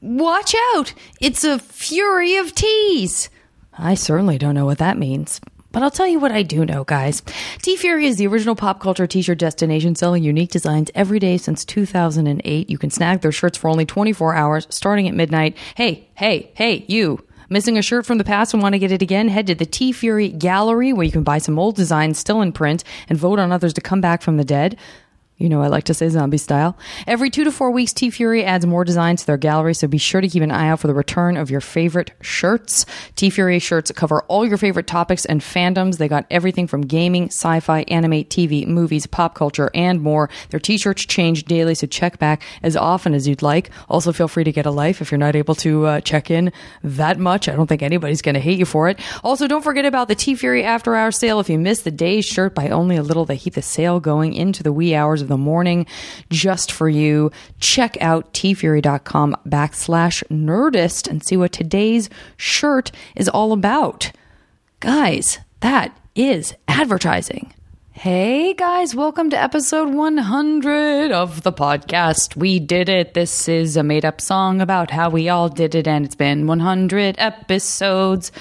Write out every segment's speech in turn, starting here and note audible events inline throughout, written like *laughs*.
Watch out! It's a fury of teas! I certainly don't know what that means. But I'll tell you what I do know, guys. Tea Fury is the original pop culture t shirt destination selling unique designs every day since 2008. You can snag their shirts for only 24 hours, starting at midnight. Hey, hey, hey, you. Missing a shirt from the past and want to get it again? Head to the T Fury Gallery where you can buy some old designs still in print and vote on others to come back from the dead. You know, I like to say zombie style. Every two to four weeks, T Fury adds more designs to their gallery, so be sure to keep an eye out for the return of your favorite shirts. T Fury shirts cover all your favorite topics and fandoms. They got everything from gaming, sci fi, anime, TV, movies, pop culture, and more. Their t shirts change daily, so check back as often as you'd like. Also, feel free to get a life if you're not able to uh, check in that much. I don't think anybody's going to hate you for it. Also, don't forget about the T Fury After Hour sale. If you missed the day's shirt by only a little, they keep the sale going into the wee hours of the morning just for you. Check out tfury.com backslash nerdist and see what today's shirt is all about. Guys, that is advertising. Hey guys, welcome to episode 100 of the podcast. We did it. This is a made up song about how we all did it, and it's been 100 episodes.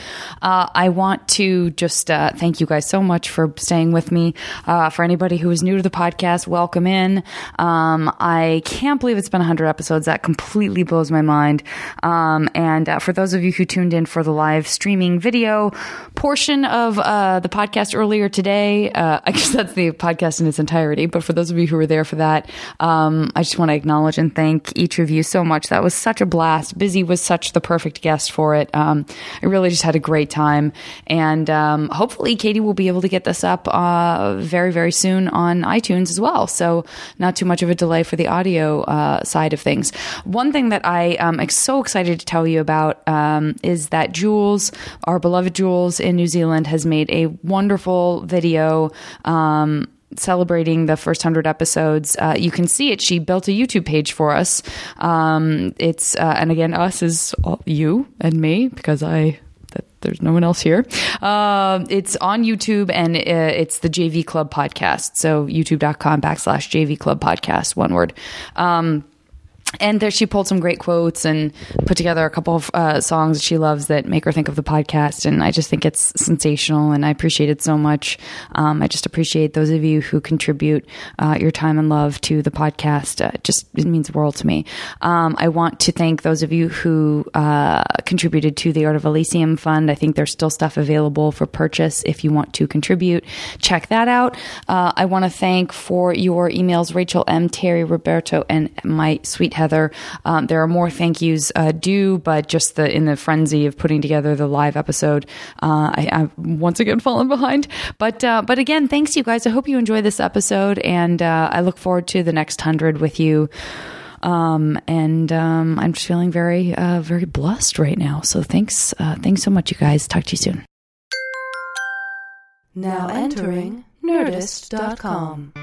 Uh, I want to just uh, thank you guys so much for staying with me. Uh, for anybody who is new to the podcast, welcome in. Um, I can't believe it's been 100 episodes. That completely blows my mind. Um, and uh, for those of you who tuned in for the live streaming video portion of uh, the podcast earlier today, uh, *laughs* I guess that's the podcast in its entirety. But for those of you who were there for that, um, I just want to acknowledge and thank each of you so much. That was such a blast. Busy was such the perfect guest for it. Um, I really just had a great time. And um, hopefully, Katie will be able to get this up uh, very, very soon on iTunes as well. So, not too much of a delay for the audio uh, side of things. One thing that I um, am so excited to tell you about um, is that Jules, our beloved Jules in New Zealand, has made a wonderful video. Um, celebrating the first 100 episodes uh, you can see it she built a youtube page for us um, it's uh, and again us is all, you and me because i that there's no one else here. Um, it's on YouTube and uh, it's the JV Club podcast. So youtube.com backslash JV Club podcast, one word. Um, and there she pulled some great quotes and put together a couple of uh, songs that she loves that make her think of the podcast and i just think it's sensational and i appreciate it so much um, i just appreciate those of you who contribute uh, your time and love to the podcast uh, it just it means the world to me um, i want to thank those of you who uh, contributed to the art of elysium fund i think there's still stuff available for purchase if you want to contribute check that out uh, i want to thank for your emails rachel m terry roberto and my sweet Heather. Um, there are more thank yous uh, due, but just the in the frenzy of putting together the live episode, uh, I, I've once again fallen behind. But uh, but again, thanks you guys. I hope you enjoy this episode, and uh, I look forward to the next hundred with you. Um, and um, I'm just feeling very uh, very blessed right now. So thanks uh, thanks so much, you guys. Talk to you soon. Now entering Nerdist.com.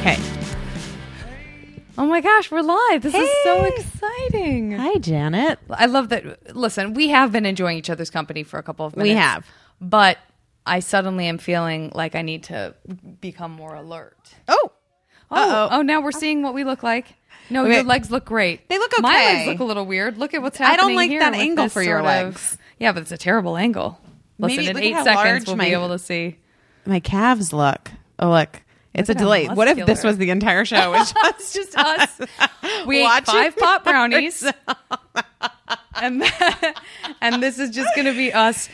Okay. Oh my gosh, we're live! This is so exciting. Hi, Janet. I love that. Listen, we have been enjoying each other's company for a couple of minutes. We have. But I suddenly am feeling like I need to become more alert. Oh, Oh, oh now we're seeing what we look like. No, Okay. your legs look great. They look My okay. legs look a little weird. Look at what's I happening. don't like here that with angle this for your sort of- legs. yeah, but it's a terrible angle. Listen, Maybe in look at eight how seconds large we'll my- be able to see. my calves look. Oh, look. It's Look a at how delay. What if this muscular. was the entire *laughs* show? *laughs* It's It's just *laughs* us. We ate Watching five *laughs* pot brownies. and, *laughs* and this is just going to be us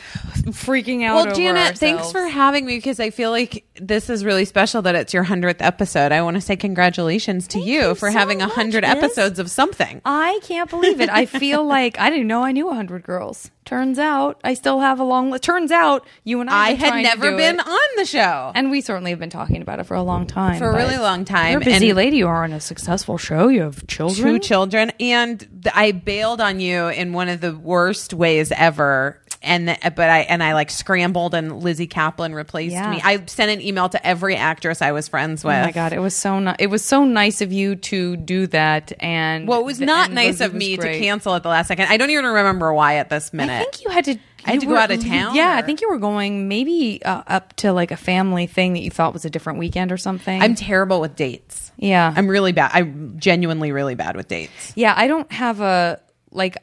freaking out. well, over Janet, thanks ourselves. for having me because I feel like this is really special that it's your 100th episode. I want to say congratulations to you, you for so having a much, 100 Liz. episodes of something. I can't believe it. I *laughs* feel like I didn't know I knew 100 girls. Turns out I still have a long list. Turns out you and I, I have been had trying to never do been it. on the show. And we certainly have been talking about it for a long time. For a but really long time, You're a busy and- lady. You are on a successful show. You have children. Two children, and th- I bailed on you in one of the worst ways ever. and th- but I and I like scrambled and Lizzie Kaplan replaced Yeah. me. I sent an email to every actress I was friends with. Oh my god, it was so ni- it was so nice of you to do that. And Well, it was the- not and nice Lizzie of was me to great. cancel at the last second. I don't even remember why at this minute. I think you had to. I had you to go out of town, Yeah, I or- think you were going maybe uh, up to like a family thing that you thought was a different weekend or something. I'm terrible with dates. yeah, I'm really bad. I'm genuinely really bad with dates. yeah. I don't have a like.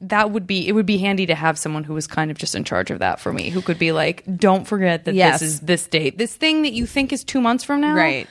That would be it. Would be handy to have someone who was kind of just in charge of that for me, who could be like, "Don't forget that Yes. this is this date, this thing that you think is two months from now." Right.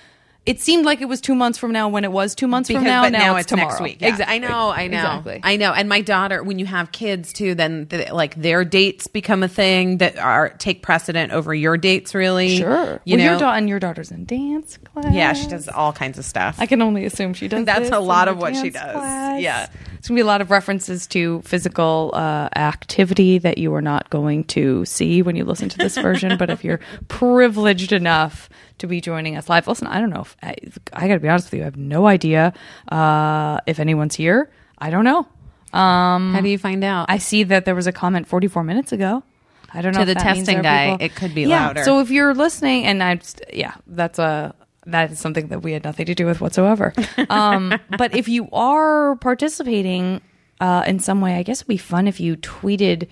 It seemed like it was two months from now when it was two months from Because- now. but now, it's, tomorrow. next week. Yeah. Exa- I know, I know, Exactly. I know. And my daughter, when you have kids too, then th- like their dates become a thing that are take precedent over your dates. Really, Sure. You well, know, your daughter and your daughter's in dance class. yeah, she does all kinds of stuff. I can only assume she does. That's this a in lot her of what she dance does. class. Yeah. it's gonna be a lot of references to physical uh, activity that you are not going to see when you listen to this version. but *laughs* if you're privileged enough to be joining us live, listen. I don't know. If, I, I got to be honest with you. I have no idea uh, if anyone's here. I don't know. Um, How do you find out? I see that there was a comment 44 minutes ago. I don't know To if the that means testing there are guy, people- it could be yeah, louder. So if you're listening, and I, just- yeah, that's a that is something that we had nothing to do with whatsoever. *laughs* Um, but if you are participating uh, in some way, I guess it'd be fun if you tweeted. I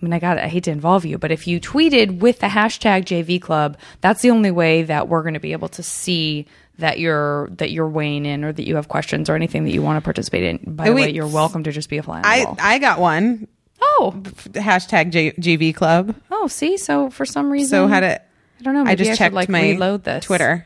mean, I got. I hate to involve you, but if you tweeted with the hashtag JV Club, that's the only way that we're going to be able to see that you're that you're weighing in, or that you have questions, or anything that you want to participate in. By Oh, the way, wait. you're welcome to just be a fly on the I, wall. I got one. oh, Hashtag J- GV Club. Oh, see, so for some reason, So how to? I don't know. Um, Maybe I just should, checked like my reload this Twitter.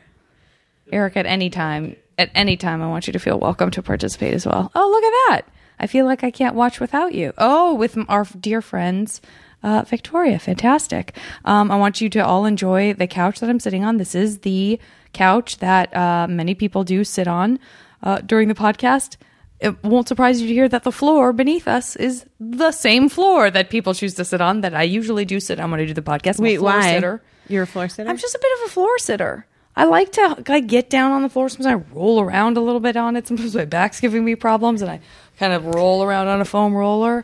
Eric. At any time, at any time, I want you to feel welcome to participate as well. Oh, look at that! I feel like I can't watch without you. Oh, with m- our dear friends. Uh, Victoria, fantastic. Um, I want you to all enjoy the couch that I'm sitting on. This is the couch that uh, many people do sit on uh, during the podcast. It won't surprise you to hear that the floor beneath us is the same floor that people choose to sit on that I usually do sit on when I do the podcast. I'm a Wait, floor why? sitter. You're a floor sitter. I'm just a bit of a floor sitter. I like to I get down on the floor. Sometimes I roll around a little bit on it. Sometimes my back's giving me problems, and I kind of roll around on a foam roller.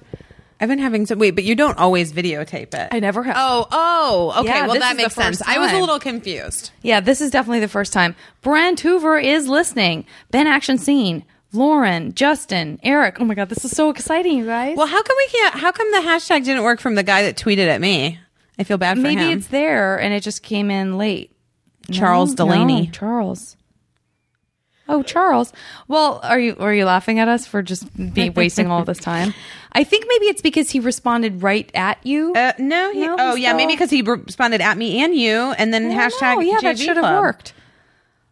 I've been having some. Wait, but you don't always videotape it. I never have. Oh, oh, okay. Yeah, well, this that is the makes sense. first I was a time. little confused. Yeah, this is definitely the first time. Brand Hoover is listening. Ben Action Scene, Lauren, Justin, Eric. Oh my God, this is so exciting, you guys. Well, how come we can't? How come the hashtag didn't work from the guy that tweeted at me? I feel bad for maybe him. it's there and it just came in late. Charles No, Delaney. no, Charles. Oh, Charles. Well, are you are you laughing at us for just *laughs* be wasting all this time? I think maybe it's because he responded right at you. Uh, no, he, No, oh he's yeah, maybe still- because he responded at me and you, and then I don't hashtag. know. Yeah, that JV should have Club. worked.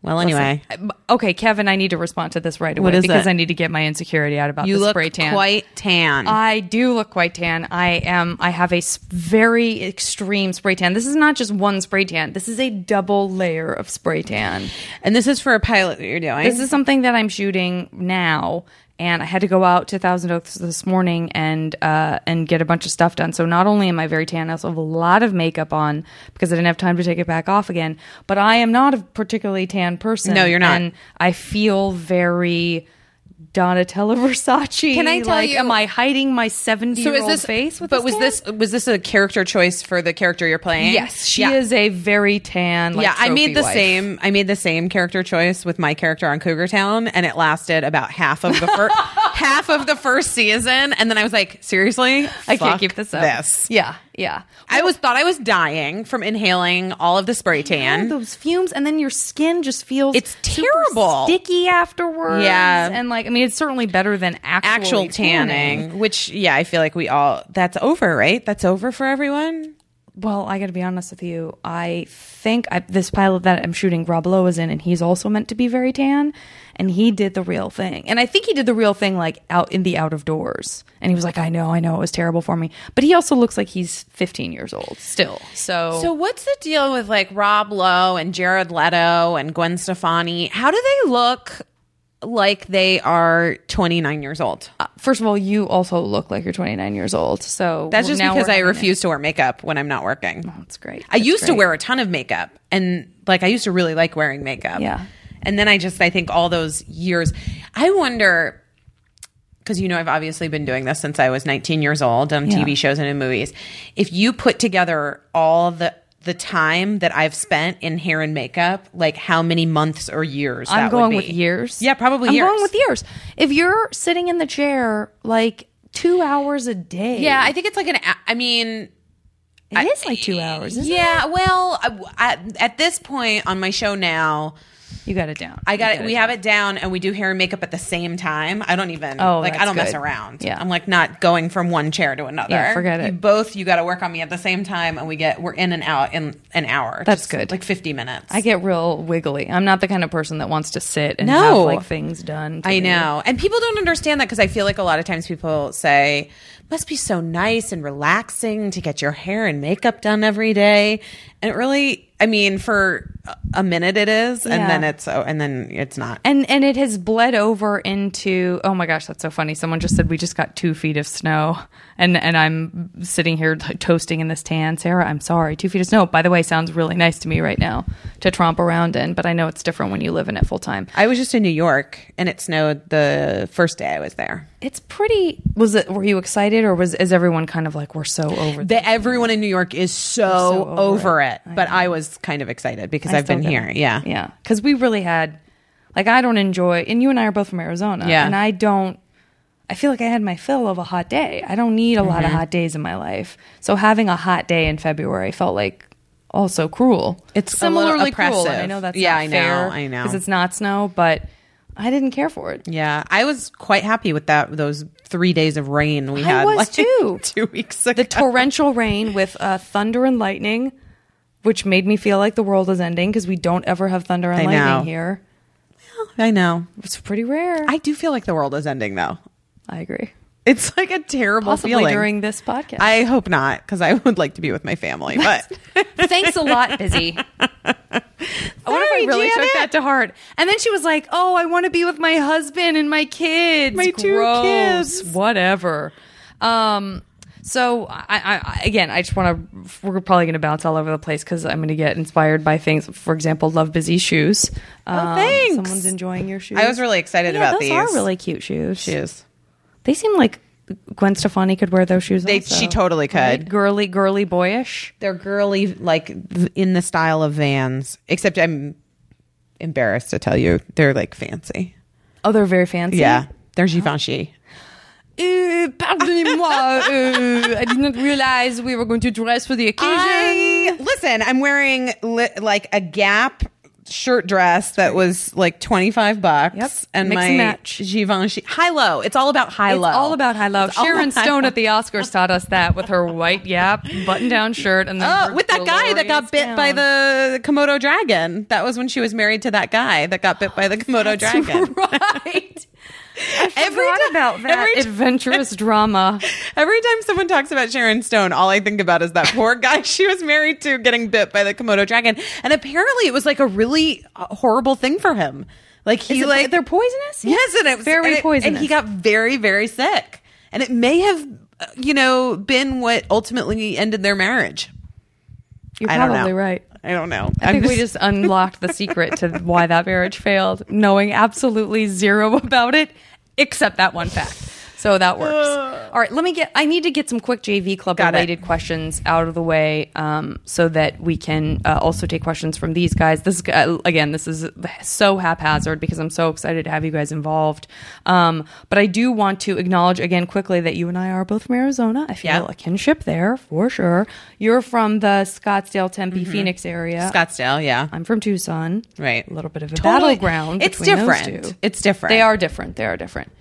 Well, anyway, Uh, Okay, Kevin, I need to respond to this right away is because it? I need to get my insecurity out about you the look spray tan. quite tan. I do look quite tan. I am. I have a s- very extreme spray tan. This is not just one spray tan. This is a double layer of spray tan. and this is for a pilot that you're doing. This is something that I'm shooting now, and I had to go out to Thousand Oaks this morning and uh, and get a bunch of stuff done. So not only am I very tan, I also have a lot of makeup on because I didn't have time to take it back off again. But I am not a particularly tan person. No, you're not. And I feel very. Donatella *laughs* Versace. Can I tell like, you- Am I hiding my seventy-year-old face? With but was tan? this was this a character choice for the character you're playing? Yes, she Yeah. is a very tan. Like, yeah, I trophy made the wife. same. I made the same character choice with my character on Cougar Town, and it lasted about half of the *laughs* first half of the first season, and then I was like, seriously, I can't Fuck keep this up. This. Yeah, yeah. I was thought I was dying from inhaling all of the spray all tan. those fumes, and then your skin just feels It's super terrible. sticky afterwards. Yeah. and like I mean, it's certainly better than actual Actual tanning, which yeah, I feel like we all that's over, right? That's over for everyone. Well, I got to be honest with you. I think I, this pilot that I'm shooting, Rob Lowe is in, and he's also meant to be very tan, and he did the real thing, and I think he did the real thing like out in the out of doors, and he was like, I know, I know, it was terrible for me, but he also looks like he's 15 years old still. So, So what's the deal with like Rob Lowe and Jared Leto and Gwen Stefani? How do they look like they are 29 years old? first of all, you also look like you're 29 years old. So That's just now because we're I having a- refuse to wear makeup when I'm not working. That's great. I That's used to great. wear a ton of makeup and like I used to really like wearing makeup. Yeah. And then I just I think all those years I wonder because you know I've obviously been doing this since I was 19 years old on Yeah. TV shows and in movies. If you put together all the the time that I've spent in hair and makeup, like how many months or years? I'm that going would with be. years. Yeah, probably I'm years. going with years. If you're sitting in the chair like two hours a day, Yeah, I think it's like an. a- I mean, it is like two hours. Isn't yeah. Well, I, I, at this point on my show now, it? You got it down. I got it. We have it down, and we do hair and makeup at the same time. I don't even Oh, like. I that's don't mess good. around. Yeah. I'm like not going from one chair to another. Yeah, forget it. You both, you got to work on me at the same time, and we get we're in and out in an hour. That's Just, good. Like 50 minutes. I get real wiggly. I'm not the kind of person that wants to sit and No. have like things done. to I me. know, and people don't understand that because I feel like a lot of times people say must be so nice and relaxing to get your hair and makeup done every day, and it really, I mean, for a- a minute it is, Yeah. and then it's oh, and then it's not. And and it has bled over into oh my gosh that's so funny someone just said we just got two feet of snow and and I'm sitting here t- toasting in this tan Sarah I'm sorry two feet of snow by the way sounds really nice to me right now to tromp around in but I know it's different when you live in it full time I was just in New York and it snowed the first day I was there. it's pretty was it were you excited or was is everyone kind of like we're so over this? The, everyone in New York is so, so over over, it, but I was kind of excited because I I've been still get here. it. Yeah. yeah because we really had like I don't enjoy and you and I are both from Arizona Yeah. and I don't I feel like I had my fill of a hot day. I don't need a lot Mm-hmm. of hot days in my life. So having a hot day in February felt like also cruel. It's a little cruel. And I oppressive. know that's Yeah, not I know, fair I know. because it's not snow, but I didn't care for it. Yeah. I was quite happy with that those 3 days of rain we had was like *laughs* too. 2 weeks ago. The torrential rain with uh, thunder and lightning, which made me feel like the world is ending because we don't ever have thunder and I lightning know. here. I know. It's pretty rare. I, I do feel like the world is ending though. agree. It's like a terrible Possibly feeling. during this podcast. I hope not because I would like to be with my *laughs* family, but Thanks a *laughs* lot, busy. what if I Sorry, really took Janet. that to heart? And then she was like, "Oh, I want to be with my husband and my kids, My two Gross. kids. whatever." Um, so I, I, I again, I just want to. We're probably going to bounce all over the place because I'm going to get inspired by things. For example, love busy shoes. Um, thanks. Someone's enjoying your shoes. I was really excited yeah, about those these. are really cute shoes. shoes. They seem like Gwen Stefani could wear those shoes. They- also, she totally could. right? Girly, girly, boyish. They're girly, like v- in the style of Vans. Except I'm embarrassed to tell you, they're like fancy. Oh, they're very fancy. Yeah, they're Givenchy. *laughs* Uh, pardonnez-moi. uh, I did not realize we were going to dress for the occasion. I- listen, I'm wearing li- like a Gap shirt dress that was like 25 bucks. Yep. and Mix my and match. Givenchy high low. It's all about high it's low. all about high love. Sharon Stone at the Oscars taught us that with her white yap button-down shirt and then Oh, her with that guy that got glorious bit by gown. the Komodo dragon. That was when she was married to that guy that got bit by the Komodo *laughs* dragon. Oh, *laughs* right. *laughs* I forgot ti- about that every ti- *laughs* adventurous drama. Every time someone talks about Sharon Stone, all I think about is that poor guy *laughs* she was married to getting bit by the Komodo dragon. And apparently it was like a really uh, horrible thing for him. Like he Is it- like they're poisonous? Yes, and it was Very and it- And poisonous. he got very very sick. And it may have uh, you know been what ultimately ended their marriage. You're I don't probably know. right. I don't know. I think we just unlocked the secret to why that marriage failed, knowing absolutely zero *laughs* about it, except that one fact. So that works. *sighs* All right, let me get. I need to get some quick JV Club Got it. related questions out of the way, um, so that we can uh, also take questions from these guys. This is- uh, again, this is so haphazard because I'm so excited to have you guys involved. Um, but I do want to acknowledge again quickly that you and I are both from Arizona. I feel Yeah. a kinship there for sure. You're from the Scottsdale, Tempe, Mm-hmm. Phoenix area. Scottsdale, yeah. I'm from Tucson. Right. A little bit of a Totally. battleground. It's between those different. two. It's different. They are different. They are different.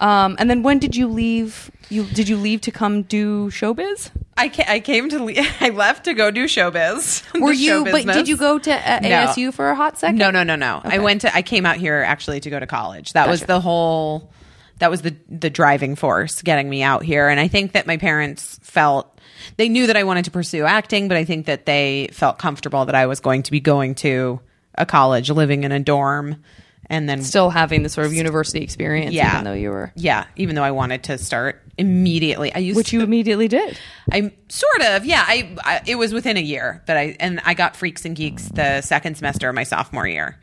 Um, and then when did you leave? You did you leave to come do showbiz? I, ca- I came to le- *laughs* I left to go do showbiz. *laughs* Were The show you? But did business. you go to uh, No. ASU for a hot second? No, no, no, no. I went to I came out here actually to go to college. That was Gotcha. the whole that was the the driving force getting me out here and I think that my parents felt they knew that I wanted to pursue acting, but I think that they felt comfortable that I was going to be going to a college, living in a dorm and then Still having the sort of university experience, yeah. even though you were, Yeah, even though I wanted to start immediately. I used which you immediately did. I sort of, yeah. I, I it was within a year that I and I got Freaks and Geeks the second semester of my sophomore year,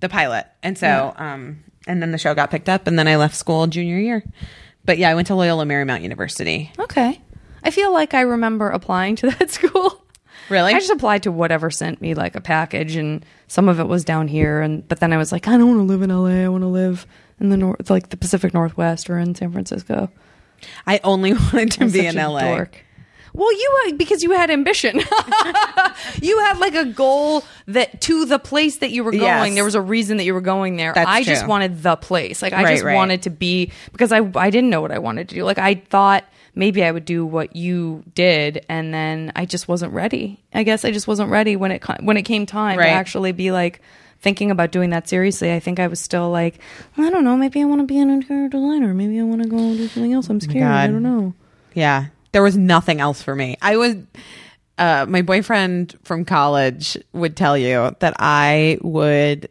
the pilot, and so um and then the show got picked up, and then I left school junior year, But yeah, I went to Loyola Marymount University. Okay. I feel like I remember applying to *laughs* that school. Really? I just applied to whatever sent me like a package and some of it was down here and but then I was like, I don't want to live in LA. I want to live in the north like the Pacific Northwest or in San Francisco. I only *laughs* wanted to I'm be such in a LA. dork. Well, you uh, because you had ambition. *laughs* you had like a goal that to the place that you were going, Yes. there was a reason that you were going there. That's I just true. wanted the place. Like I Right, just right. wanted to be because I I didn't know what I wanted to do. Like I thought maybe I would do what you did and then I just wasn't ready. I guess I just wasn't ready when it co- when it came time Right. to actually be like thinking about doing that seriously. I think I was still like, I don't know, maybe I want to be an interior designer. Maybe I want to go do something else. I'm scared. I Oh God. don't know. Yeah. There was nothing else for me. I was uh my boyfriend from college would tell you that I would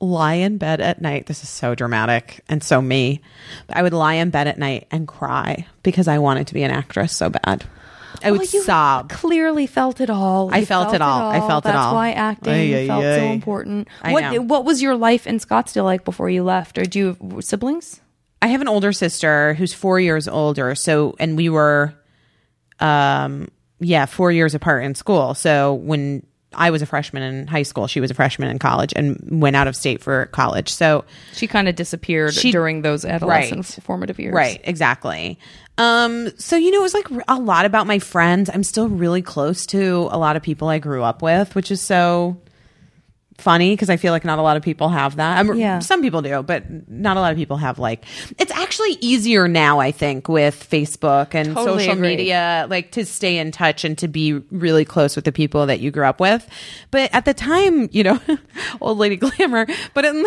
lie in bed at night. This is so dramatic and so me. But I would lie in bed at night and cry because I wanted to be an actress so bad. I would Well, you sob. Clearly felt it all. I You felt it all. I felt it That's all. why acting Ay, ay, felt so ay. important. I what know. What was your life in Scottsdale like before you left? Or do you have siblings? I have an older sister who's 4 years older. So and we were um yeah, 4 years apart in school. So when I was a freshman in high school, she was a freshman in college and went out of state for college. So She kind of disappeared She- during those adolescent Right. formative years. Right, exactly. Um, so you know, it was like r- a lot about my friends. I'm still really close to a lot of people I grew up with, which is so funny because I feel like not a lot of people have that. I'm, Yeah. Some people do, but not a lot of people have like. It's actually easier now, I think, with Facebook and Totally social agree. media, like to stay in touch and to be really close with the people that you grew up with. But at the time, you know, *laughs* old lady glamour. But in, *laughs*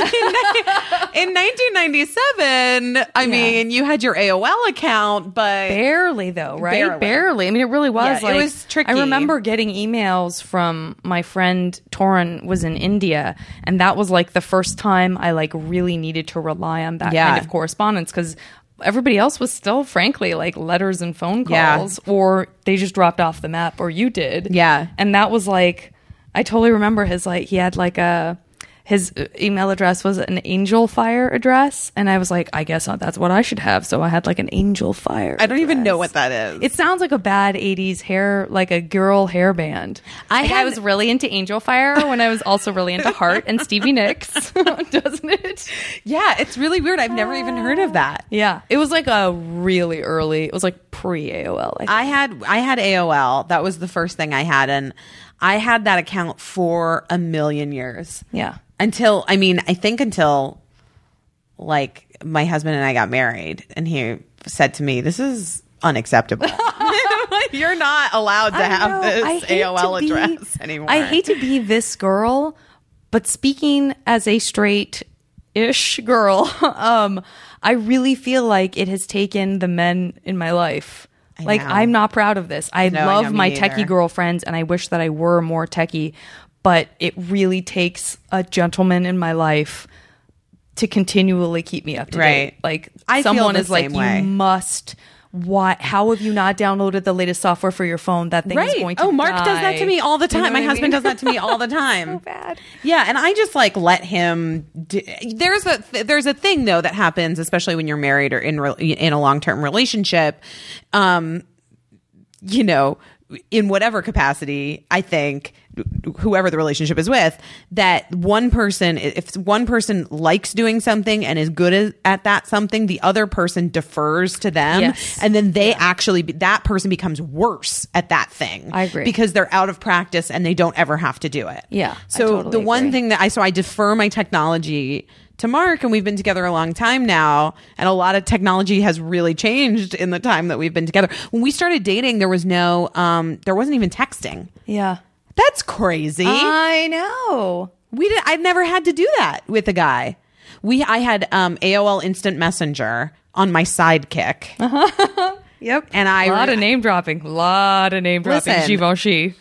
in 1997, I mean, you had your AOL account, but Barely though, right? Barely. Barely. I mean, it really was. Yeah, it like, was tricky. I remember getting emails from my friend Torin was in India, and that was like the first time I like really needed to rely on that Yeah. kind of correspondence because everybody else was still, frankly, like letters and phone Yeah. calls, or they just dropped off the map, or you did. Yeah. and that was like, I totally remember his like he had like a. His uh, email address was an angel fire address, and I was like, I guess that's what I should have. So I had like an angel fire. I don't even know what that is. It sounds like a bad 80s hair, like a girl hair band. I Like, had- was really into Angel Fire when I was also really into Heart and Stevie Nicks, *laughs* doesn't it? yeah, it's really weird. I've never even heard of that. Yeah. It was like a really early, it was like pre AOL. I think. I had I had AOL. That was the first thing I had, and I had that account for a million years. Yeah. Until I mean, I think until like my husband and I got married, and he said to me, "This is *laughs* unacceptable. *laughs* You're not allowed to have know. this I hate AOL to be- address *laughs* anymore." I hate to be this girl, but speaking as a straight ish girl, *laughs* um, I really feel like it has taken the men in my life. like know. I'm not proud of this. I No, I know, love me my neither. techie girlfriends and I wish that I were more techie, but it really takes a gentleman in my life to continually keep me up to Right. date. Like I feel someone the is like, same way. you must what how have you not downloaded the latest software for your phone? That thing is going to oh, Mark does that to die. me all the You know time. what My I husband mean? does that to me all *laughs* the time. bad. Yeah, and I just like let him. D- there's a th- there's a thing though that happens, especially when you're married or in re- in a long term relationship. Um, you know, in whatever capacity, I think wh- whoever the relationship is with, that one person, if one person likes doing something and is good at- at that something, the other person defers to them, Yes. and then they actually be- that person becomes worse at that thing. I agree. because they're out of practice and they don't ever have to do it. Yeah, I So totally the one agree. thing that I so I defer my technology to Mark and we've been together a long time now and a lot of technology has really changed in the time that we've been together. When we started dating there was no um there wasn't even texting. Yeah. That's crazy. I know. we did I've never had to do that with a guy. We I had um AOL Instant Messenger on my sidekick. Yep. And I A lot re- of name dropping. A lot of name dropping. Listen. Givenchy.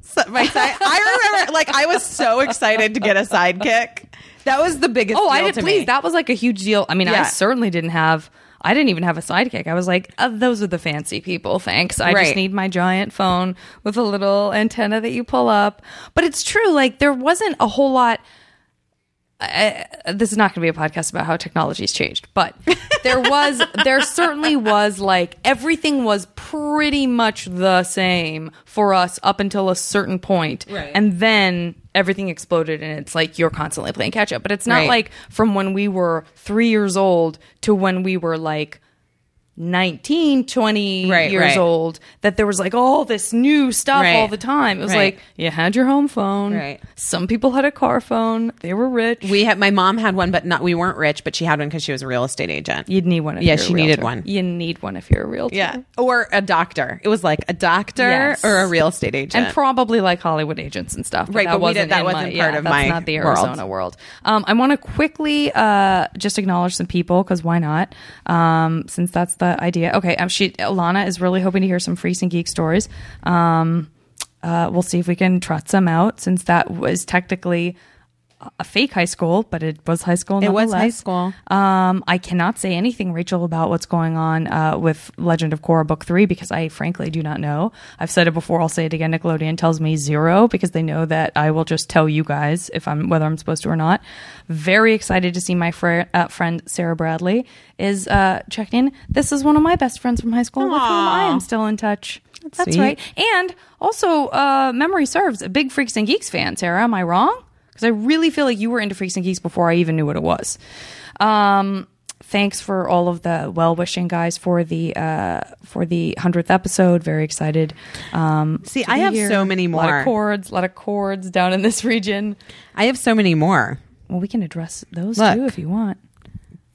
So- my side I remember like I was so excited to get a sidekick. That was the biggest Oh, I deal did. to Please, me. that was like a huge deal. I mean, Yeah. I certainly didn't have. I didn't even have a sidekick. I was like, uh, those are the fancy people. Thanks. I Right. just need my giant phone with a little antenna that you pull up. But it's true. Like there wasn't a whole lot. I, this is not going to be a podcast about how technology's changed, *laughs* but there was, there certainly was like everything was pretty much the same for us up until a certain point. Right. And then everything exploded and it's like you're constantly playing catch up. But it's not Right. like from when we were three years old to when we were like 19, 20 Right, years right. old that there was like all this new stuff Right. all the time. It was Right. like you had your home phone. Right. Some people had a car phone. They were rich. We had my mom had one, but not we weren't rich, but she had one because she was a real estate agent. You'd need one. If Yeah, you're a she needed realtor. one. You need one if you're a realtor. Yeah, or a doctor. It was like a doctor Yes. or a real estate agent. and probably like Hollywood agents and stuff. Right, but we did- that in wasn't part yeah, of that's my not the world. Arizona world. Um, I want to quickly uh, just acknowledge some people because why not? Um, since that's the idea. Okay, um, she Alana is really hoping to hear some freaks and geek stories. Um, uh, we'll see if we can trot some out since that was technically a fake high school, but it was high school. It was high nonetheless. school. Um, I cannot say anything, Rachel, about what's going on uh, with Legend of Korra Book Three because I frankly do not know. I've said it before; I'll say it again. Nickelodeon tells me zero because they know that I will just tell you guys if I'm whether I'm supposed to or not. Very excited to see my fr- uh, friend Sarah Bradley is uh, checking. in. This is one of my best friends from high school with whom I am still in touch. That's, sweet. right. And also, uh, memory serves, a big Freaks and Geeks fan, Sarah. Am I wrong? Because I really feel like you were into Freaks and Geeks before I even knew what it was. Um, thanks for all of the well wishing, guys, for the uh, for the hundredth episode. Very excited. Um, See, to I be have here. so many A lot more. of chords, a lot of chords down in this region. I have so many more. Well, we can address those Look. too if you want.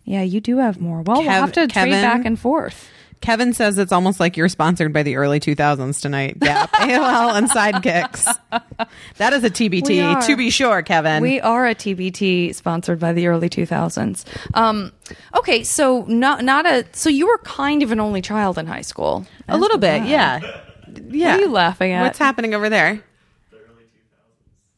Yeah, you do have more. Well, we'll Kev- have to trade Kevin? back and forth. Kevin says it's almost like you're sponsored by the early 2000s tonight. *laughs* Gap, AOL, and Sidekicks. That is a We are. TBT, to be sure, Kevin. We are a TBT sponsored by the early 2000s. Um, okay, so not not a so you were kind of an only child in high school. a little bit, yeah. Yeah. What are you laughing at? What's happening over there?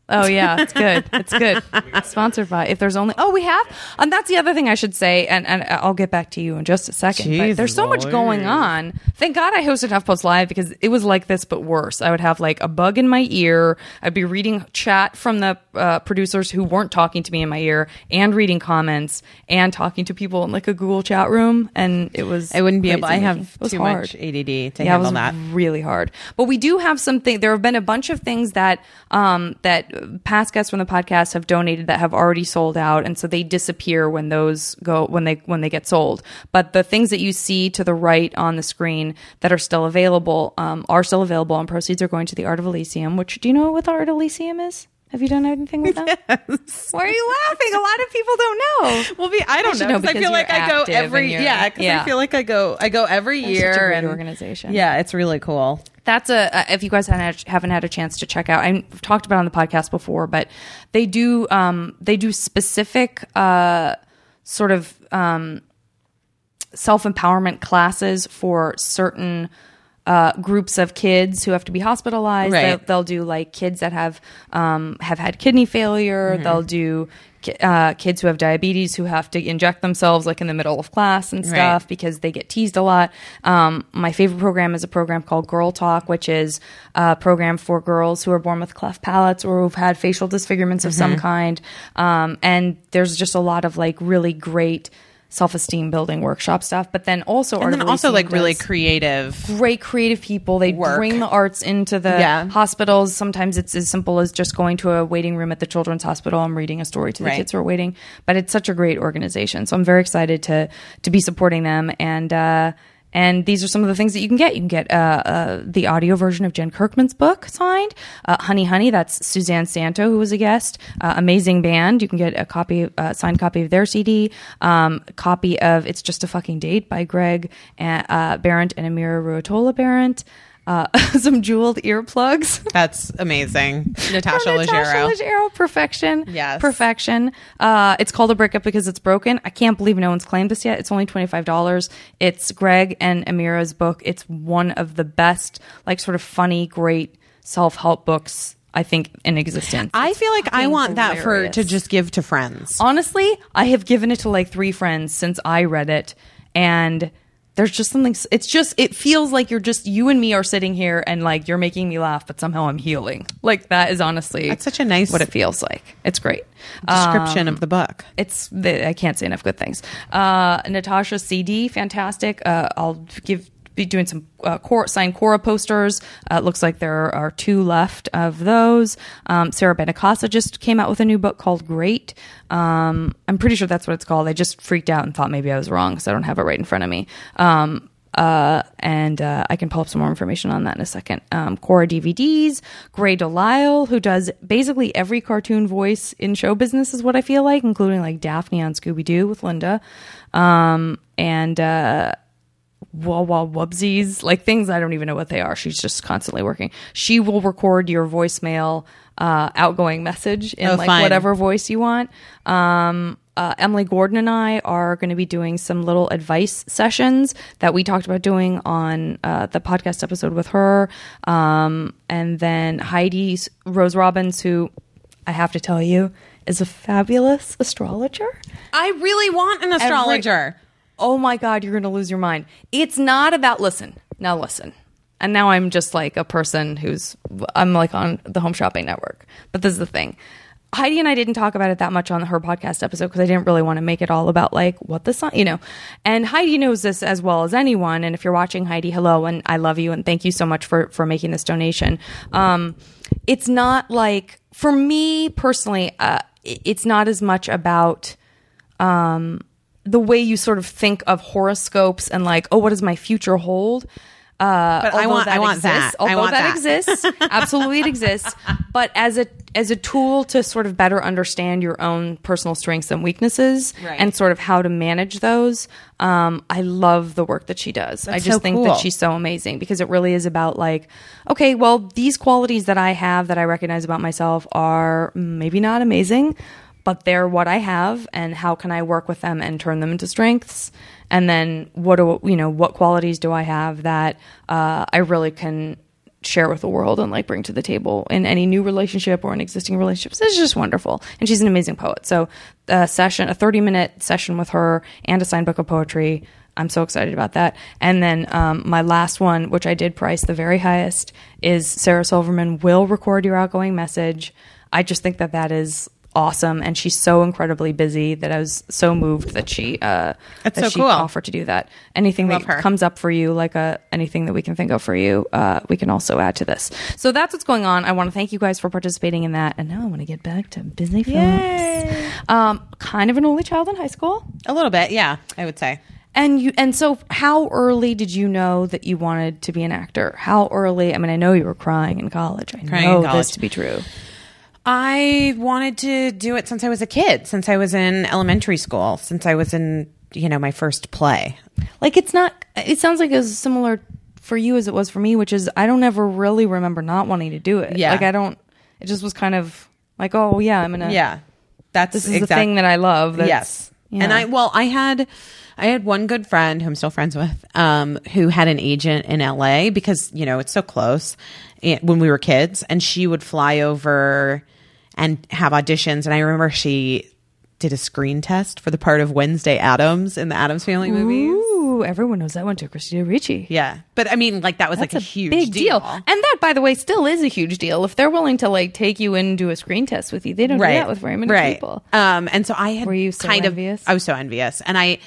Oh yeah, it's good. It's good. Sponsored by. If there's only oh we have, and that's the other thing I should say, and and I'll get back to you in just a second. but Jesus there's so much going on. Thank God I hosted HuffPost Live because it was like this but worse. I would have like a bug in my ear. I'd be reading chat from the uh, producers who weren't talking to me in my ear, and reading comments, and talking to people in like a Google chat room, and it was. I wouldn't be able. I crazy have making. It was too hard much ADD to yeah, handle it was that. really hard. But we do have something. There have been a bunch of things that um, that past guests from the podcast have donated that have already sold out, and so they disappear when those go when they when they get sold. But the things that you see to the right on the screen that are still available um, are still available, and proceeds are going to the Art of Elysium. Which do you know what the Art of Elysium is? Have you done anything with that? Why are you laughing? A lot of people don't know. Well, be, I don't should know, know 'cause I because feel like you're I go active every and you're- yeah. Because yeah. I feel like I go I go every such a year great and organization. Yeah, it's really cool. that's a uh, if you guys haven't haven't had a chance to check out. I've talked about it on the podcast before, but they do um, they do specific uh, sort of um, self empowerment classes for certain. Uh, groups of kids who have to be hospitalized. Right. They, they'll do like kids that have um, have had kidney failure. Mm-hmm. They'll do ki- uh, kids who have diabetes who have to inject themselves like in the middle of class and stuff Right. because they get teased a lot. Um, my favorite program is a program called Girl Talk, which is a program for girls who are born with cleft palates or who've had facial disfigurements of Mm-hmm. some kind. Um, and there's just a lot of like really great self esteem building workshop stuff. But then also, And then also like really creative creative. great creative people. They Work. bring the arts into the Yeah. hospitals. Sometimes it's as simple as just going to a waiting room at the children's hospital and reading a story to the Right. kids who are waiting. But it's such a great organization, so I'm very excited to to be supporting them and. uh and these are some of the things that you can get. You can get uh, uh, the audio version of Jen Kirkman's book signed, uh, Honey Honey. That's Suzanne Santo, who was a guest. Uh, amazing band. You can get a copy, uh, signed copy of their CD, um, copy of It's Just a Fucking Date by Greg and, uh, Barrent and Amira Ruotola Barrent, uh, *laughs* some jeweled earplugs. That's amazing, Natasha From Leggero. Leggero, perfection. Yes. Perfection. Uh, it's called a brick up because it's broken. I can't believe no one's claimed this yet. It's only $25. It's Greg and Amira's book. It's one of the best, like, sort of funny, great self help books, I think, in existence. I feel like I fucking want that for hilarious. to just give to friends. Honestly, I have given it to like three friends since I read it, and There's just something. s- It's just. It feels like you're just you and me are sitting here, and like you're making me laugh, but somehow I'm healing. Like that is honestly. That's such a nice- what it feels like. It's great. Description of the book. It's the, I can't say enough good things. Uh, Natasha CD, fantastic. Uh, I'll give be doing some uh, Cora, signed Cora posters. Uh, it looks like there are two left of those. Um, Sarah Benacasa just came out with a new book called Great. Um, I'm pretty sure that's what it's called. I just freaked out and thought maybe I was wrong because I don't have it right in front of me. Um, uh, and uh, I can pull up some more information on that in a second. Um, Cora DVDs, Gray Delisle, who does basically every cartoon voice in show business, is what I feel like, including like Daphne on Scooby Doo with Linda, um, and uh, wah wah wubsies, like things I don't even know what they are. She's just constantly working. She will record your voicemail, uh, outgoing message in Oh, like fine. whatever voice you want. Um, uh, Emily Gordon and I are going to be doing some little advice sessions that we talked about doing on uh, the podcast episode with her. Um, and then Heidi S- Rose Robbins, who I have to tell you is a fabulous astrologer. I really want an Every- astrologer. oh my God, you're going to lose your mind. It's not about, listen, now listen. And now I'm just like a person who's, I'm like on the Home Shopping Network. But this is the thing. Heidi and I didn't talk about it that much on her podcast episode because I didn't really want to make it all about like what the sign, you know. And Heidi knows this as well as anyone. And if you're watching, Heidi, hello, and I love you, and thank you so much for for making this donation. Um, it's not like for me personally, uh, it- it's not as much about the way you sort of think of horoscopes and like, oh, what does my future hold? Uh, But I although want- I want exists, that. I Although want that, that. exists, *laughs* absolutely it exists. But as a as a tool to sort of better understand your own personal strengths and weaknesses, Right. and sort of how to manage those, um, I love the work that she does. I just so think cool. that she's so amazing because it really is about like, okay, well, these qualities that I have that I recognize about myself are maybe not amazing, but they're what I have, and how can I work with them and turn them into strengths? And then what do you know? What qualities do I have that uh, I really can share with the world and like bring to the table in any new relationship or an existing relationship. So it's just wonderful. And she's an amazing poet. So a session, a 30 minute session with her and a signed book of poetry. I'm so excited about that. And then um, my last one, which I did price the very highest, is Sarah Silverman will record your outgoing message. I just think that that is awesome. And she's so incredibly busy that I was so moved that she, uh, That's that so she cool. offered to do that. Anything Love that her. comes comes up for you, like a, anything that we can think of for you, uh, we can also add to this. So that's what's going on. I want to thank you guys for participating in that. And now I want to get back to Disney films. Um, kind of an only child in high school. A little bit, yeah, I would say. And you and so how early did you know that you wanted to be an actor? How early? I mean, I know you were crying in college. I Crying in know college. this to be true. I wanted to do it since I was a kid, since I was in elementary school, since I was in, you know, my first play. Like it's not it sounds like it was similar for you as it was for me, which is I don't ever really remember not wanting to do it. Yeah. Like I don't it just was kind of like, oh yeah, I'm gonna Yeah. That's this is the exact- thing that I love. That's, yes. you know. And I well, I had I had one good friend who I'm still friends with, um, who had an agent in LA because, you know, it's so close and, when we were kids and she would fly over and have auditions and I remember she did a screen test for the part of Wednesday Adams in the Adams Family movies. Ooh, everyone knows that one to Christina Ricci. Yeah. But I mean like that was That's like a, huge big deal. deal. and that, by the way, still is a huge deal. If they're willing to like take you in and do a screen test with you, they don't do that with very many right. people. Um, and so I had Were you so kind envious? of I was so envious, and I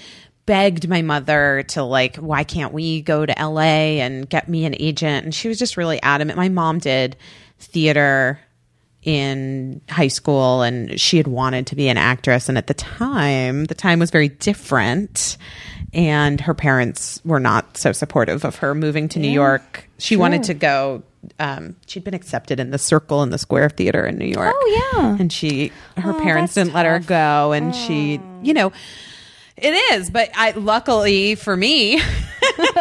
begged my mother to like, why can't we go to L.A. and get me an agent? And she was just really adamant. My mom did theater in high school and she had wanted to be an actress and at the time the time was very different and her parents were not so supportive of her moving to New York. She wanted to go um, she'd been accepted in the circle in the square theater in New York. Oh, yeah. And she her Oh, parents that's Oh. didn't let her go and she you know it is, but I luckily for me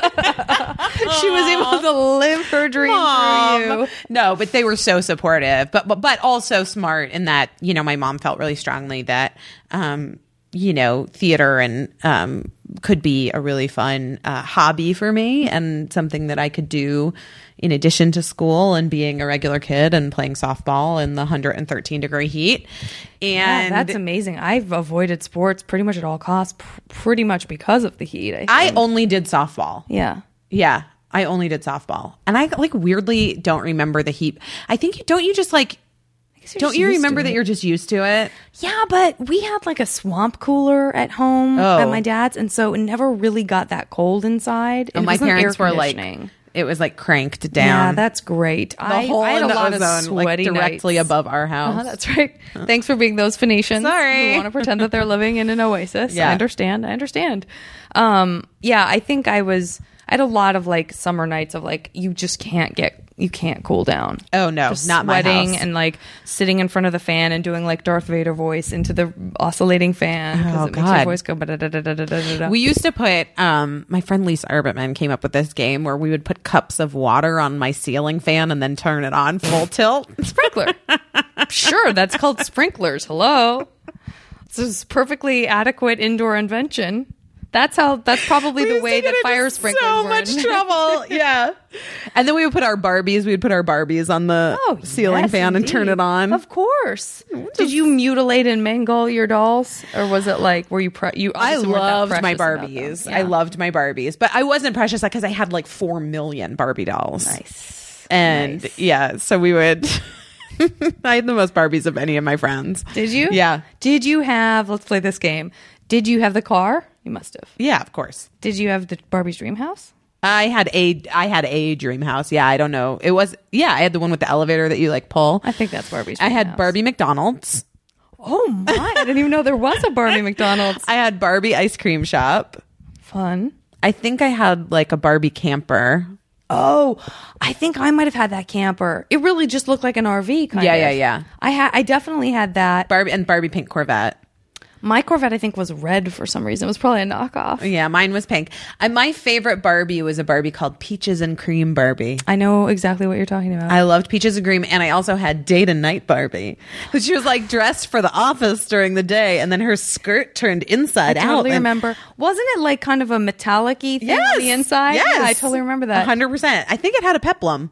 she was able to live her dream through Mom. you. No, but they were so supportive, but, but but also smart in that you know my mom felt really strongly that um, you know theater and um, could be a really fun uh, hobby for me and something that I could do in addition to school and being a regular kid and playing softball in the 113 degree heat. Yeah, And that's amazing. I've avoided sports pretty much at all costs, pr- pretty much because of the heat. I, I only did softball. yeah. Yeah, I only did softball, and I like weirdly don't remember the heat. I think you don't you just like don't you remember that you're just used to it? Yeah, but we had like a swamp cooler at home Oh. at my dad's, and so it never really got that cold And inside. It Oh, my wasn't air parents were like, conditioning. it was like cranked "Yeah, down. that's great." the I, hole I in had a the lot of ozone, like sweaty directly nights. above our house. Uh-huh, that's right. Thanks for being those Phoenicians. Sorry. who want to pretend that they're living in an oasis. Yeah. I understand. I understand. Um, yeah, I think I was. I had a lot of like summer nights of like you just can't get you can't cool down. Oh, no, Just not my sweating house. and like sitting in front of the fan and doing like Darth Vader voice into the oscillating fan because Oh, it makes your God. voice go. ba-da-da-da-da-da-da-da. We used to put um, my friend Lisa Arbitman came up with this game where we would put cups of water on my ceiling fan and then turn it on *laughs* full tilt. sprinkler. *laughs* sure, that's called sprinklers. Hello. This is perfectly adequate indoor invention. That's how. That's probably We the used to way get that into fire sprinklers so were much *laughs* invented. trouble. Yeah, and then we would put our Barbies. We would put our Barbies on the Oh, ceiling yes, fan and turn indeed. it on. Of course. Did you mutilate and mangle your dolls, or was it like were you? Pre- you I obviously weren't that loved my precious about them. Barbies. Yeah. I loved my Barbies, but I wasn't precious because I had like four million Barbie dolls. Nice. And Nice. yeah, so we would. *laughs* I had the most Barbies of any of my friends. Did you? Yeah. Did you have? Let's play this game. Did you have the car? You must have. Yeah, of course. Did you have the Barbie's dream house? I had a I had a dream house. Yeah, I don't know. It was yeah, I had the one with the elevator that you like pull. I think that's Barbie's. I Dream had house. Barbie McDonald's. Oh my! I didn't even know there was a *laughs* Barbie McDonald's. I had Barbie ice cream shop. Fun. I think I had like a Barbie camper. Oh, I think I might have had that camper. It really just looked like an RV kind Yeah, of. yeah, yeah. I had I definitely had that. Barbie and Barbie pink Corvette. My Corvette I think was red for some reason. It was probably a knockoff. Oh, Yeah, mine was pink. And my favorite Barbie was a Barbie called Peaches and Cream Barbie. I know exactly what you're talking about. I loved Peaches and Cream, and I also had Day to Night Barbie. *laughs* And She was like dressed for the office during the day, and then her skirt turned inside I out. totally and- remember. Wasn't it like kind of a metallic y thing Yes, on the inside? Yes, Yeah, I totally remember that. 100%. I think it had a peplum.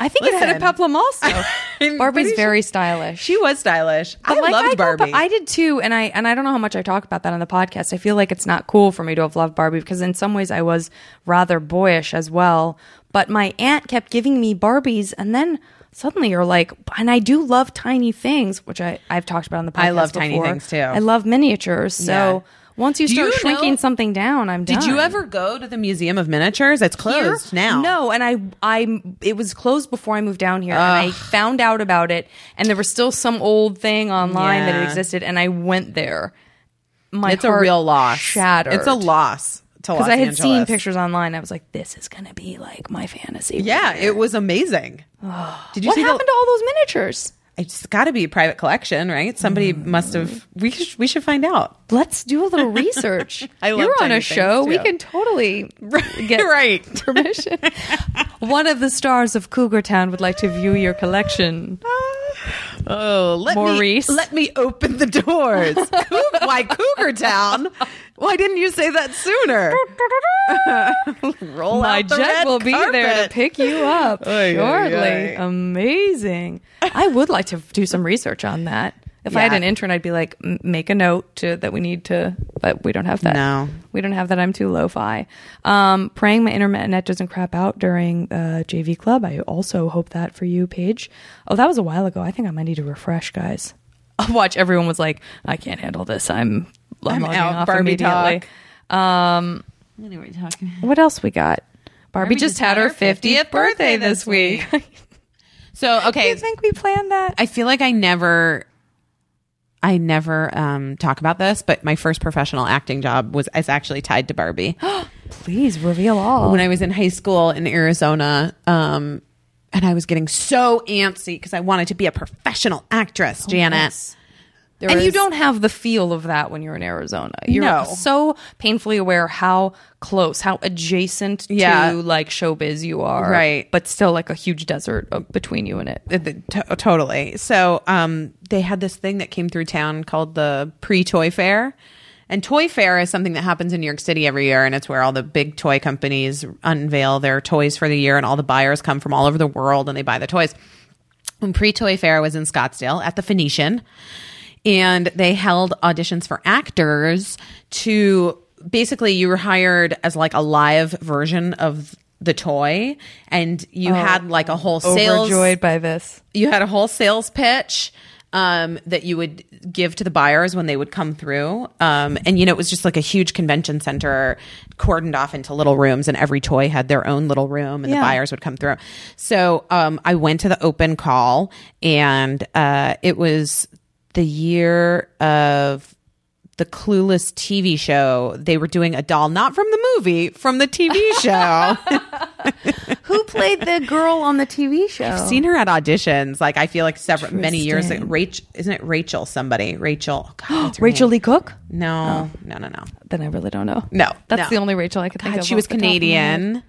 I think it had a Listen. peplum *laughs* also. I'm pretty Barbie's sure- very stylish. She was stylish. I like, loved I grew up- Barbie. I did too, and I and I don't know how much I talk about that on the podcast. I feel like it's not cool for me to have loved Barbie because in some ways I was rather boyish as well. But my aunt kept giving me Barbies, and then suddenly you're like, and I do love tiny things, which I I've talked about on the podcast. I love tiny before. things, too. I love miniatures. So Yeah. once you Do start you shrinking know- something down, I'm Did you done. ever go to the Museum of Miniatures? It's here? closed now. No, and I I it was closed before I moved down here and I found out about it and there was still some old thing online that Yeah. had existed and I went there. My It's a heart real loss. Shattered. It's a loss to Los Because I had seen Angeles. pictures online, I was like, "This is gonna be like my fantasy." Yeah, right here. it was *sighs* amazing. Did you what see happened the, to all those miniatures? It's got to be a private collection, right? Somebody must have. We should, we should find out. Let's do a little *laughs* research. I love You're on tiny a things, show; we too. can totally *laughs* get right. permission. One of the stars of Cougar Town would like to view your collection. Oh, let Maurice. me let me open the *laughs* doors. Coug- Why Cougar Town? Why didn't you say that *laughs* sooner? Roll my out the jet red will be there to carpet. pick you *laughs* up Oy, oy, shortly. oy. Amazing. I would like to do some research on that. If I had Yeah. an intern, I'd be like, "M- make a note to that we need to, but we don't have that. No. we don't have that. I'm too lo-fi. Um, praying my internet doesn't crap out during the JV club. I also hope that for you, Paige. Oh, that was a while ago. I think I might need to refresh, guys. *laughs* Watch everyone was like, I can't handle this. I'm, I'm, I'm logging out, off Barbie immediately. talk. Um, what else we got? Barbie, Barbie just, had her 50th birthday this week. *laughs* So Do okay, you think we planned that? I feel like I never I never um, talk about this, but my first professional acting job was is actually tied to Barbie. Please reveal all. when I was in high school in Arizona, um, and I was getting so antsy because I wanted to be a professional actress, Janet. yes. There and you was- don't have the feel of that when you're in Arizona. You're No. so painfully aware how close, how adjacent Yeah. to like showbiz you are, Right. But still, like a huge desert uh, between you and it. Uh, the- to- totally. So um, they had this thing that came through town called the pre toy fair. And Toy Fair is something that happens in New York City every year, and it's where all the big toy companies unveil their toys for the year, and all the buyers come from all over the world and they buy the toys. And pre Toy Fair was in Scottsdale at the Phoenician, and they held auditions for actors to basically you were hired as like a live version of the toy and you had like a whole sales Overjoyed by this. you had a whole sales pitch um, that you would give to the buyers when they would come through. Um, and, you know, it was just like a huge convention center cordoned off into little rooms, and every toy had their own little room, and the Yeah. buyers would come through. So um, I went to the open call, and uh, it was the year of the Clueless TV show. They were doing a doll, not from the movie, from the TV show. Who played the girl on the TV show? I've seen her at auditions. Like I feel like several many years. ago. Interesting. Rachel, isn't it Rachel? Somebody, Rachel. Oh, *gasps* God, what's her Rachel name? Lee Cook? No, no, no, no. Then I really don't know. No, That's no. the only Rachel I could think God, of. she off was the top of my head. Canadian.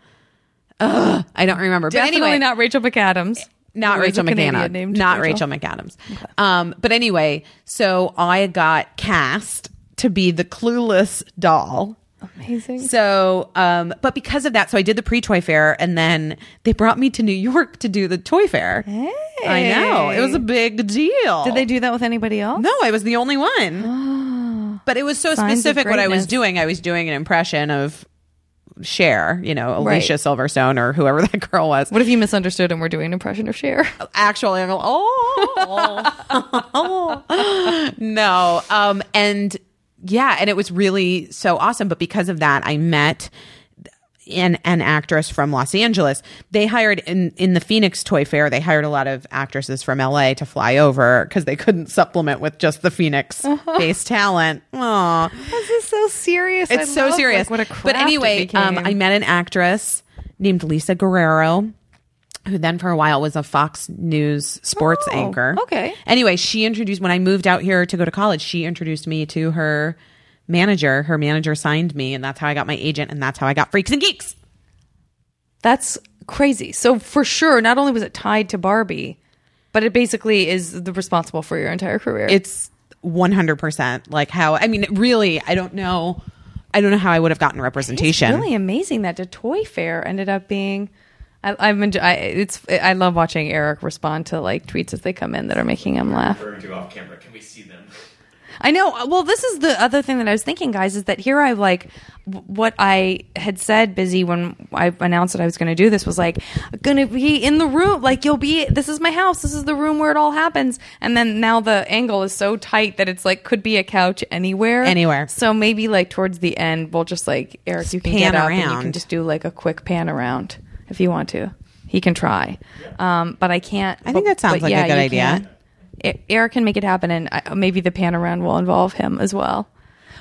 Ugh, I don't remember. Definitely but anyway, not Rachel McAdams. not There is a Rachel Canadian McAdams. named Not Rachel, McAdams. Um, but anyway, so I got cast to be the clueless doll. Amazing. So, um, but because of that, so I did the pre toy fair, and then they brought me to New York to do the toy fair. I know it was a big deal. Did they do that with anybody else? No, I was the only one. *gasps* but it was so Signs of specific what I was greatness. doing. I was doing an impression of Cher, you know, Alicia Right. Silverstone or whoever *laughs* that girl was. What if you misunderstood and we're doing an impression of *laughs* Cher? Actually, I'm like, oh, *laughs* no. Um, and yeah, and it was really so awesome. But because of that, I met an, an actress from Los Angeles. They hired in, in the Phoenix Toy Fair, they hired a lot of actresses from LA to fly over because they couldn't supplement with just the Phoenix based talent. Aw. This is so serious. I It's so love, like, serious. what a craft but anyway, it um, became. I met an actress named Lisa Guerrero, who then for a while was a Fox News sports Oh, anchor. okay. Anyway, she introduced when I moved out here to go to college. She introduced me to her manager. Her manager signed me, and that's how I got my agent, and that's how I got Freaks and Geeks. That's crazy. So for sure, not only was it tied to Barbie, but it basically is the responsible for your entire career. It's one hundred percent like how I mean, really, I don't know. I don't know how I would have gotten representation. It's really amazing that the toy fair ended up being. I, I'm enjoy, I, it's I love watching Eric respond to like tweets as they come in that are making him laugh. referring to off camera. Can we see them? I know. Well, this is the other thing that I was thinking, guys, is that here I like w- what I had said busy when I announced that I was going to do this was like going to be in the room, like you'll be this is my house, this is the room where it all happens. And then now the angle is so tight that it's like could be a couch anywhere. Anywhere. So maybe like towards the end we'll just like Eric you can pan get up and you around. can just do like a quick pan around if you want to. He can try. Um but I can't I think that sounds like a good idea. E- Eric can make it happen, and I- maybe the pan around will involve him as well.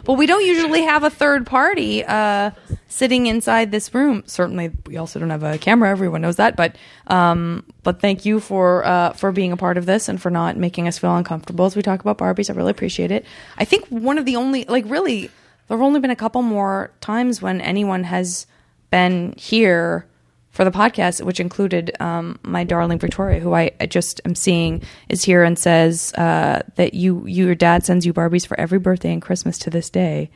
But we don't usually have a third party uh, sitting inside this room. Certainly, we also don't have a camera. Everyone knows that. But um, but thank you for uh, for being a part of this and for not making us feel uncomfortable as we talk about Barbies. I really appreciate it. I think one of the only like really there have only been a couple more times when anyone has been here for the podcast, which included um, my darling Victoria, who I, I just am seeing is here and says uh, that you, you your dad sends you Barbies for every birthday and Christmas to this day.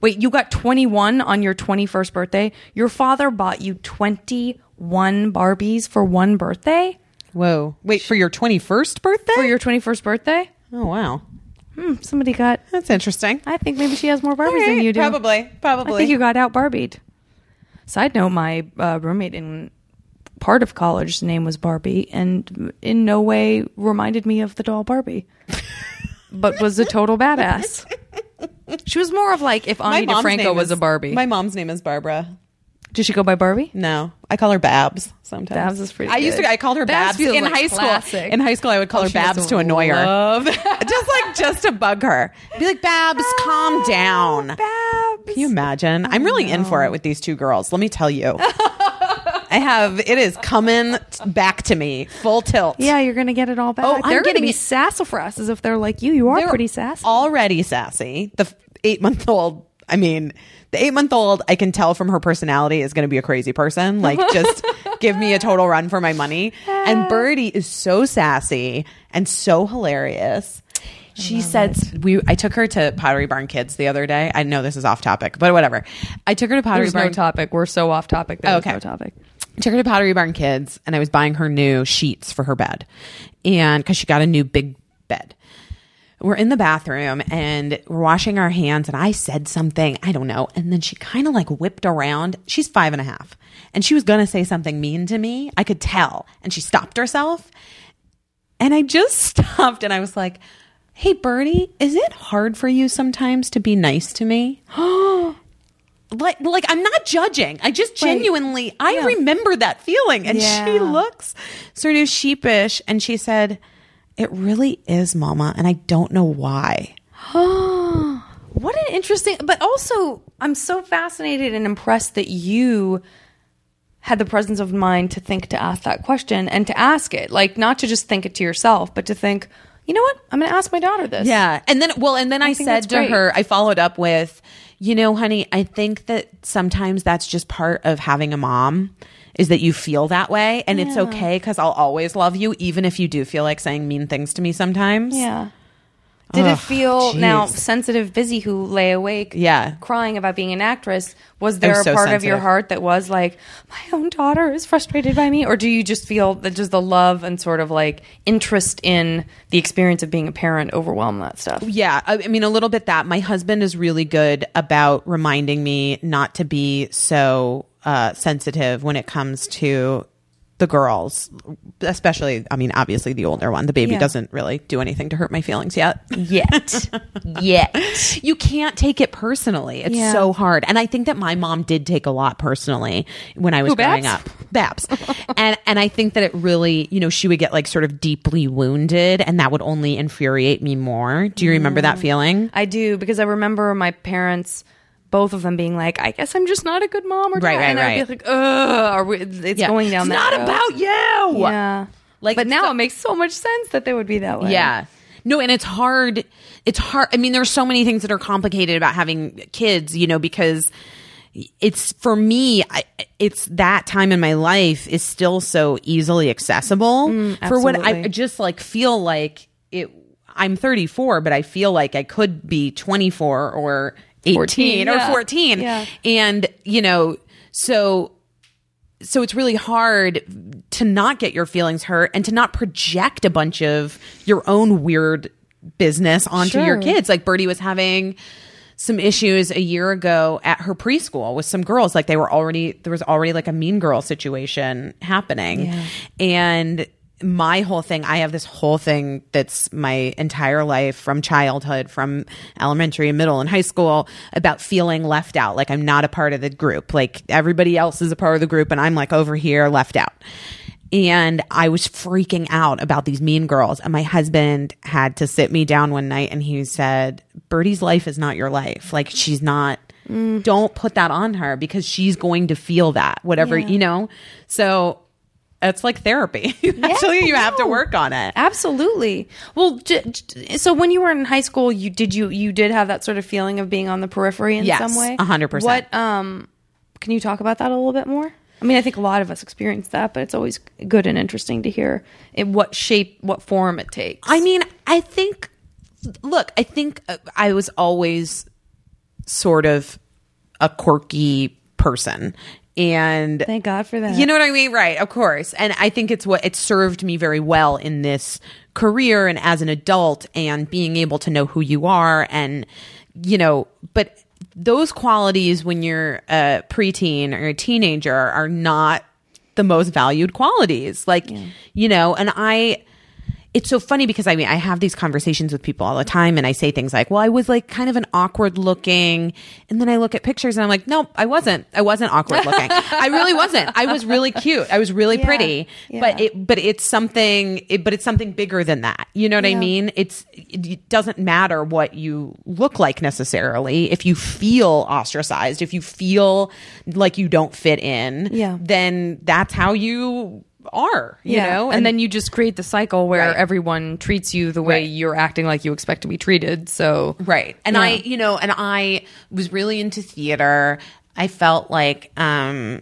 Wait, you got 21 on your 21st birthday? Your father bought you 21 Barbies for one birthday? Whoa! Wait for your twenty first birthday. For your 21st birthday? oh wow, Hmm, somebody got, that's interesting. I think maybe she has more Barbies than you do. Probably, probably. I think you got out Barbied. Side note: My uh, roommate in part of college's name was Barbie, and in no way reminded me of the *laughs* doll Barbie, but was a total badass. She was more of like if Ani DeFranco was a Barbie. My mom's name is Barbara. Did she go by Barbie? No, I call her Babs sometimes. Babs is pretty I used good. to. I called her Babs Babs, feels in like high school. classic. Oh, In high school, I would call her she must Babs have to annoy loved- *laughs* her, just like just to bug her. Be like, Babs, calm down. Can you imagine? I'm really in for it with these two girls. Let me tell *laughs* you. I have. It is coming t- back to me full tilt. Yeah, you're gonna get it all back. Oh, I'm they're gonna getting be it- sassafrasses if they're like you. You are They're pretty sassy. Already sassy. The eight month old. I mean, the eight month old. I can tell from her personality is going to be a crazy person. *laughs* Like, just give me a total run for my money. And Birdie is so sassy and so hilarious. She said we. I took her to Pottery Barn Kids the other day. I know this is off topic, but whatever. I took her to Pottery There's Barn. no topic. We're so off topic. There's Okay. no topic. took her to Pottery Barn Kids, and I was buying her new sheets for her bed, and because she got a new big bed. We're in the bathroom and we're washing our hands, and I said something I don't know, and then she kind of like whipped around. She's five and a half, and she was gonna say something mean to me. I could tell, and she stopped herself, and I just *laughs* stopped, and I was like. Hey Bernie, is it hard for you sometimes to be nice to me? *gasps* like like I'm not judging. I just genuinely I remember that feeling. And she Yeah. looks sort of sheepish and she said, It really is, Mama, and I don't know why. *gasps* What an interesting, but also I'm so fascinated and impressed that you had the presence of mind to think to ask that question and to ask it, like not to just think it to yourself, but to think, you know what, I'm going to ask my daughter this. Yeah. And then well, and then I, think said that's to great. her, I followed up with, you know, honey, I think that sometimes that's just part of having a mom is that you feel that way and it's okay cuz I'll always love you even if you do feel like saying mean things to me sometimes. yeah. Did it Ugh, feel now jeez. sensitive, busy, who lay awake, Yeah. crying about being an actress? Was there a so part of your sensitive. heart that was like, my own daughter is frustrated by me, or do you just feel that just the love and sort of like interest in the experience of being a parent overwhelm that stuff? Oh, Yeah, I, I mean a little bit that. My husband is really good about reminding me not to be so uh, sensitive when it comes to the girls, especially. I mean, obviously the older one. The baby Yeah. doesn't really do anything to hurt my feelings yet. *laughs* yet. yet. you can't take it personally. It's Yeah. so hard. And I think that my mom did take a lot personally when I was Who, growing Babs? up. Babs. and and I think that it really, you know, she would get like sort of deeply wounded and that would only infuriate me more. Do you remember Mm. that feeling? I do because I remember my parents, both of them being like, I guess I'm just not a good mom or Right, dad. right, and I'd right. be like, ugh, are we, it's Yeah. going down it's that not road. about you Yeah. Like, Like, but now so- it makes so much sense that they would be that way. yeah no and it's hard it's hard i mean there's so many things that are complicated about having kids you know because it's for me I, it's that time in my life is still so easily accessible for what i Mm, absolutely. just like feel like it i'm 34 but i feel like i could be 24 or 18 14, or yeah. 14 Yeah. and you know so so it's really hard to not get your feelings hurt and to not project a bunch of your own weird business onto your Sure. kids like bertie was having some issues a year ago at her preschool with some girls like they were already there was already like a mean girl situation happening and my whole thing i have this whole thing that's my entire life from childhood from elementary and middle and high school about feeling left out like i'm not a part of the group like everybody else is a part of the group and i'm like over here left out and I was freaking out about these mean girls. And my husband had to sit me down one night and he said, Birdie's life is not your life. Like, she's not, don't put that on her because she's going to feel that, whatever, you know? So it's like therapy. *laughs* Actually, you have to work on it. Absolutely. Well, j- j- so when you were in high school, you did you you did have that sort of feeling of being on the periphery in Yes, some way. 100%. What um, can you talk about that a little bit more? I mean, I think a lot of us experience that, but it's always good and interesting to hear in what shape, what form it takes. I mean, I think, look, I think uh, I was always sort of a quirky person. And Thank God for that. You know what I mean? Right, of course. And I think it's what it served me very well in this career and as an adult and being able to know who you are and you know, but those qualities when you're a preteen or a teenager are not the most valued qualities. Like, you know, and I it's so funny because I mean I have these conversations with people all the time and I say things like, "Well, I was like kind of an awkward looking." And then I look at pictures and I'm like, "Nope, I wasn't. I wasn't awkward *laughs* looking. I really wasn't. I was really cute. I was really pretty." But yeah. it but it's something it, but it's something bigger than that. You know what I mean? It's it, it doesn't matter what you look like necessarily. If you feel ostracized, if you feel like you don't fit in, Yeah. then that's how you are, you Yeah. know? and, then you just create the cycle where Right. everyone treats you the way Right. you're acting like you expect to be treated. So Right. And Yeah. I, you know, and I was really into theater. I felt like um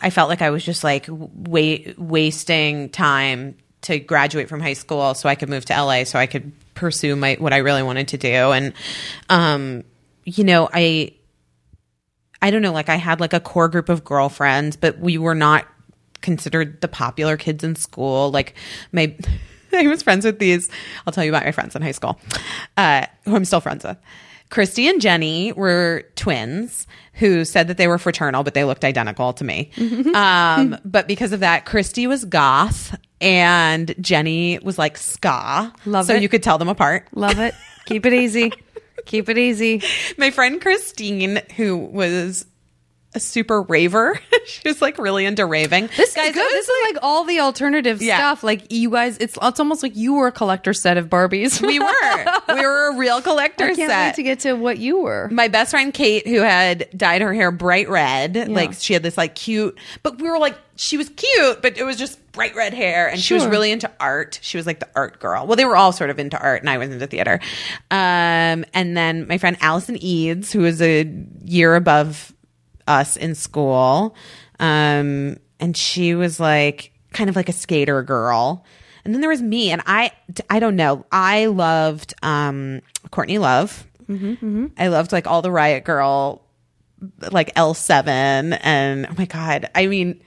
I felt like I was just like wa- wasting time to graduate from high school so I could move to LA so I could pursue my what I really wanted to do and um you know I I don't know like I had like a core group of girlfriends but we were not considered the popular kids in school like my *laughs* I was friends with these I'll tell you about my friends in high school uh who I'm still friends with Christy and Jenny were twins who said that they were fraternal, but they looked identical to me. Mm-hmm. *laughs* um, but because of that, Christy was goth and Jenny was like ska. Love so it. you could tell them apart. Love it. Keep it easy. Keep it easy. My friend Christine, who was a super raver, *laughs* she was like really into raving. This Guys, is good. I was This is like all the alternative Yeah. stuff. Like you guys, it's it's almost like you were a collector set of Barbies. *laughs* we were. We were a real collector I can't set. wait to get to what you were. my best friend Kate, who had dyed her hair bright red, like she had this like cute, but we were like, she was cute, but it was just bright red hair. And she was Sure. really into art. She was like the art girl. Well, they were all sort of into art, and I was into theater. Um, and then my friend Allison Eads, who was a year above us in school, um, and she was like kind of like a skater girl. And then there was me, and I, I don't know. I loved um, Courtney Love. I loved like all the Riot Girl, like L7, and oh my God. I mean,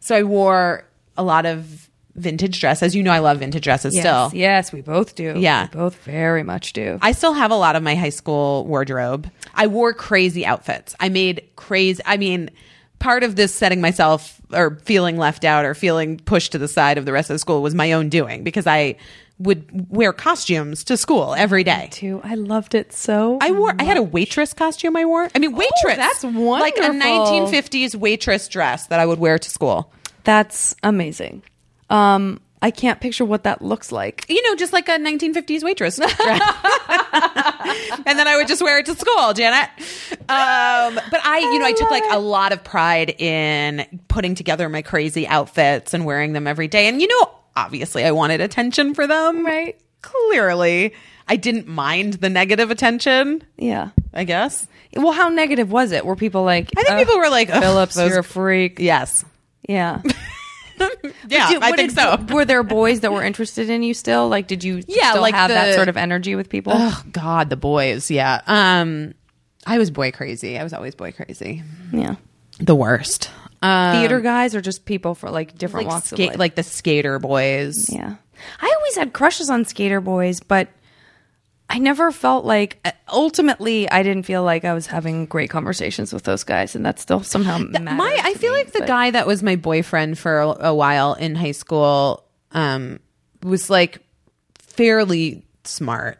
so I wore a lot of vintage dresses. You know, I love vintage dresses Yes, still. yes, we both do. Yeah. we both very much do. I still have a lot of my high school wardrobe. I wore crazy outfits. I made crazy, I mean, part of this setting myself or feeling left out or feeling pushed to the side of the rest of the school was my own doing because I would wear costumes to school every day. too. I loved it so. I wore. I had a waitress costume. I wore. I mean, waitress. Oh, that's Like a wonderful. 1950s waitress dress that I would wear to school. That's amazing. Um, I can't picture what that looks like. You know, just like a 1950s waitress *laughs* dress. and then I would just wear it to school, Janet. Um, but I, you know, I took like a lot of pride in putting together my crazy outfits and wearing them every day. And you know, obviously, I wanted attention for them. Right. Clearly, I didn't mind the negative attention. Yeah. I guess. Uh, Well, how negative was it? Were people like? I think "Ugh, people were like, "Ugh, *laughs* Phillips, those- you're a freak. Yes. *laughs* Yeah. Yeah, Did- I what think did- so. *laughs* Were there boys that were interested in you still? Like, did you Yeah, still like have that the- sort of energy with people? Oh God, the boys. Yeah. Um, I was boy crazy. I was always boy crazy. Yeah. The worst. Um, Theater guys or just people for like different like, walks ska- of life? like the skater boys. Yeah. I always had crushes on skater boys, but I never felt like uh, ultimately I didn't feel like I was having great conversations with those guys and that still somehow matters My, I to feel me, like the but- guy that was my boyfriend for a, a while in high school, um, was like fairly smart.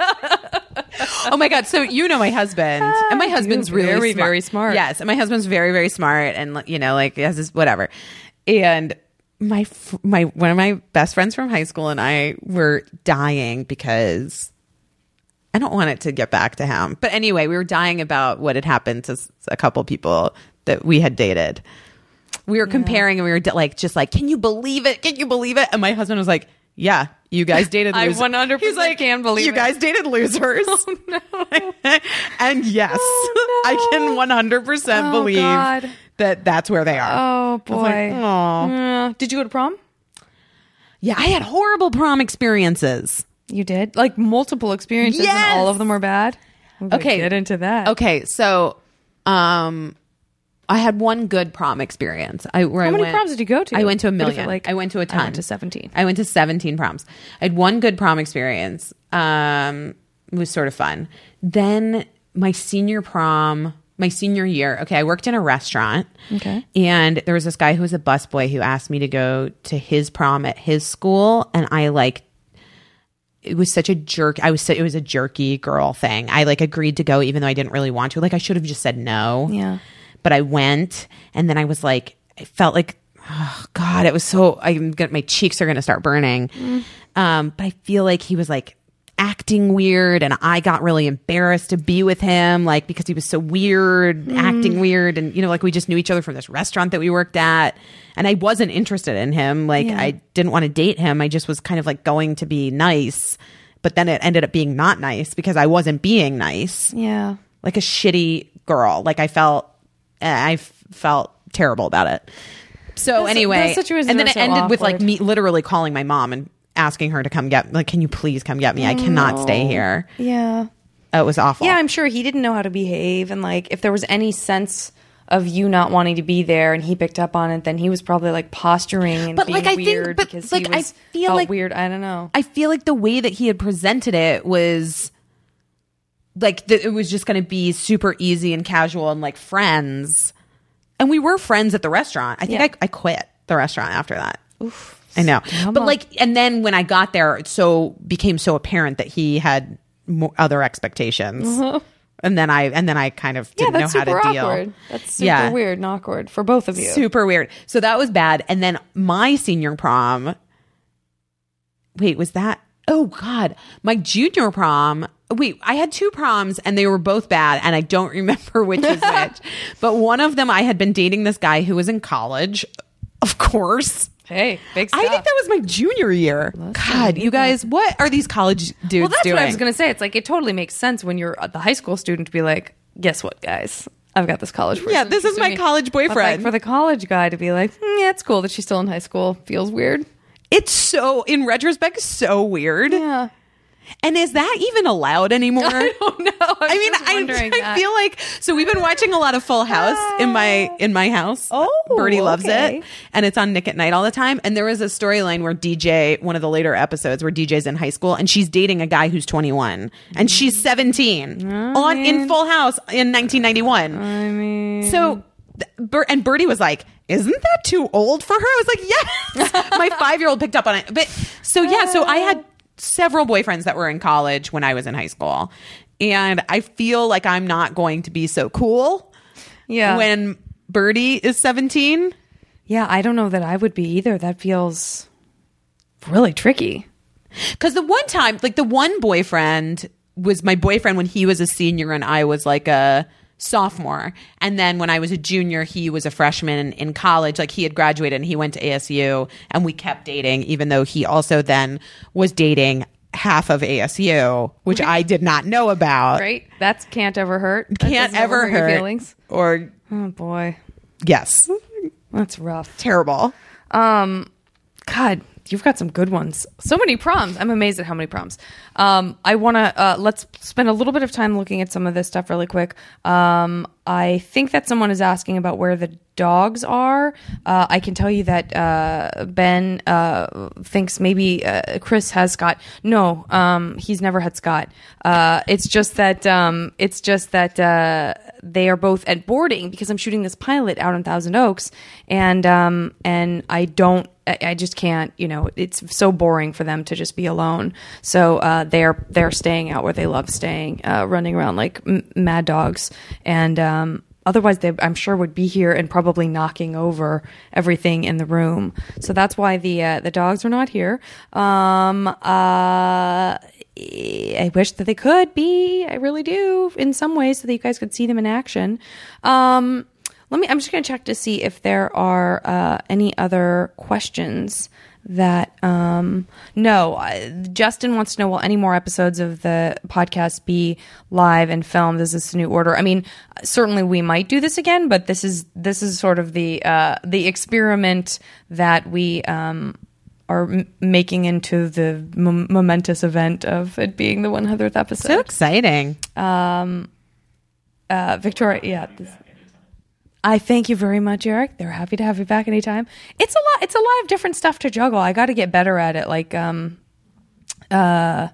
oh my god! So you know my husband, and my husband's really Ah, Very, smart. very smart. Yes, and my husband's very very smart, and like, you know, like he has this whatever. And my f- my one of my best friends from high school and I were dying because I don't want it to get back to him. But anyway, we were dying about what had happened to s- a couple people that we had dated. We were comparing and we were d- like, just like, can you believe it? Can you believe it? And my husband was like, yeah, you *laughs* guys dated I losers. 100% He's like, can believe You it. guys dated *laughs* losers. no. *laughs* and yes, Oh, no. I can 100% Oh, believe God. that that's where they are. Oh boy. like, aw. Yeah. Mm, Did you go to prom? Yeah, I had horrible prom experiences. You did? Like multiple experiences Yes! and all of them were bad? We're gonna Okay. Get into that. Okay, so um I had one good prom experience. I where How I many went, proms did you go to? I went to a What if it, million. like, I went to a I ton. went to 17. I went to 17 proms. I had one good prom experience. Um it was sort of fun. Then my senior prom, my senior year. Okay, I worked in a restaurant. Okay. And there was this guy who was a busboy who asked me to go to his prom at his school and I like it was such a jerk. I was so- it was a jerky girl thing. I like agreed to go even though I didn't really want to. Like I should have just said no. Yeah. But I went and then I was like I felt like oh god, it was so I'm gonna my cheeks are going to start burning. Um but I feel like he was like acting weird and I got really embarrassed to be with him like because he was so weird, acting weird and you know like we just knew each other from this restaurant that we worked at and I wasn't interested in him. Like Yeah. I didn't want to date him. I just was kind of like going to be nice, but then it ended up being not nice because I wasn't being nice. Yeah. Like a shitty girl. Like I felt I f- felt terrible about it. So anyway, those situations and then are it so ended with like awkward. me literally calling my mom and asking her to come get like, can you please come get me? I cannot stay here. Yeah. It was awful. Yeah, I'm sure he didn't know how to behave. And like, if there was any sense of you not wanting to be there and he picked up on it, then he was probably like posturing and But, being like, I think- weird but, because like, he I was, feel felt like- weird. I don't know. I feel like the way that he had presented it was like that it was just going to be super easy and casual and like friends. And we were friends at the restaurant. I think Yeah. I, I quit the restaurant after that. Oof. I know. But on. like, and then when I got there, it so became so apparent that he had mo other expectations. And then I, and then I kind of Uh-huh. yeah, didn't that's know how to super awkward. deal. That's super Yeah. weird and awkward for both of you. Super weird. So that was bad. And then my senior prom. Wait, was that? Oh God, my junior prom. Wait, I had two proms and they were both bad, and I don't *laughs* remember which was *laughs* which. But one of them, I had been dating this guy who was in college. Of course, Hey, big stuff. I think that was my junior year. God, you guys, what are these college dudes well, that's doing? what I was going to say. It's like, it totally makes sense when you're the high school student to be like, guess what, guys? I've got this college person. Yeah, this is interested my in me." college But, like, boyfriend. for the college guy to be like, "Hmm, yeah, it's cool that she's still in high school. Feels weird. It's so, in retrospect, so weird. Yeah. And is that even allowed anymore? *laughs* I don't know. I'm I mean, just wondering I, I that. Ah. feel like so we've been watching a lot of Full House in my in my house. Oh, Birdie loves okay. it, and it's on Nick at Night all the time. And there was a storyline where DJ, one of the later episodes, where DJ's in high school and she's dating a guy who's 21 and she's 17 on in Full House in 1991. I mean, so th- Bir- and Birdie was like. Isn't that too old for her? I was like, yes. My five year old picked up on it. But so, yeah, so I had several boyfriends that were in college when I was in high school. And I feel like I'm not going to be so cool yeah. when Birdie is 17. yeah, I don't know that I would be either. That feels really tricky. Because the one time, like the one boyfriend was my boyfriend when he was a senior and I was like a sophomore. And then when I was a junior, he was a freshman in college. Like he had graduated and he went to ASU and we kept dating, even though he also then was dating half of ASU, which I did not know about. Right? That's can't ever hurt. That Can't doesn't ever ever hurt your hurt. feelings. Or, Oh boy, yes, that's rough. terrible. Um, God, you've got some good ones. So many proms. I'm amazed at how many proms. Um, I want to uh, let's spend a little bit of time looking at some of this stuff really quick. Um, I think that someone is asking about where the dogs are. Uh, I can tell you that uh, Ben uh, thinks maybe uh, Chris has Scott. No, um, he's never had Scott. Uh, it's just that um, it's just that uh, they are both at boarding because I'm shooting this pilot out in Thousand Oaks, and um, and I don't. I I just can't, you know. It's so boring for them to just be alone. So uh, they're they're staying out where they love staying, uh, running around like m- mad dogs. And um, otherwise, they I'm sure would be here and probably knocking over everything in the room. So that's why the uh, the dogs are not here. Um, uh, I wish that they could be. I really do in some ways so that you guys could see them in action. Um, let me, I'm just going to check to see if there are uh, any other questions that, um, no, I, Justin wants to know will any more episodes of the podcast be live and filmed? Is this a new order? I mean, certainly we might do this again, but this is, this is sort of the, uh, the experiment that we, um, are m- making into the m- momentous event of it being the 100th So episode. exciting. Uh, Victoria, yeah. this- I thank you very much, Eric. They're happy to have you back anytime. It's a lot. It's a lot of different stuff to juggle. I got to get better at it. Like, um, uh,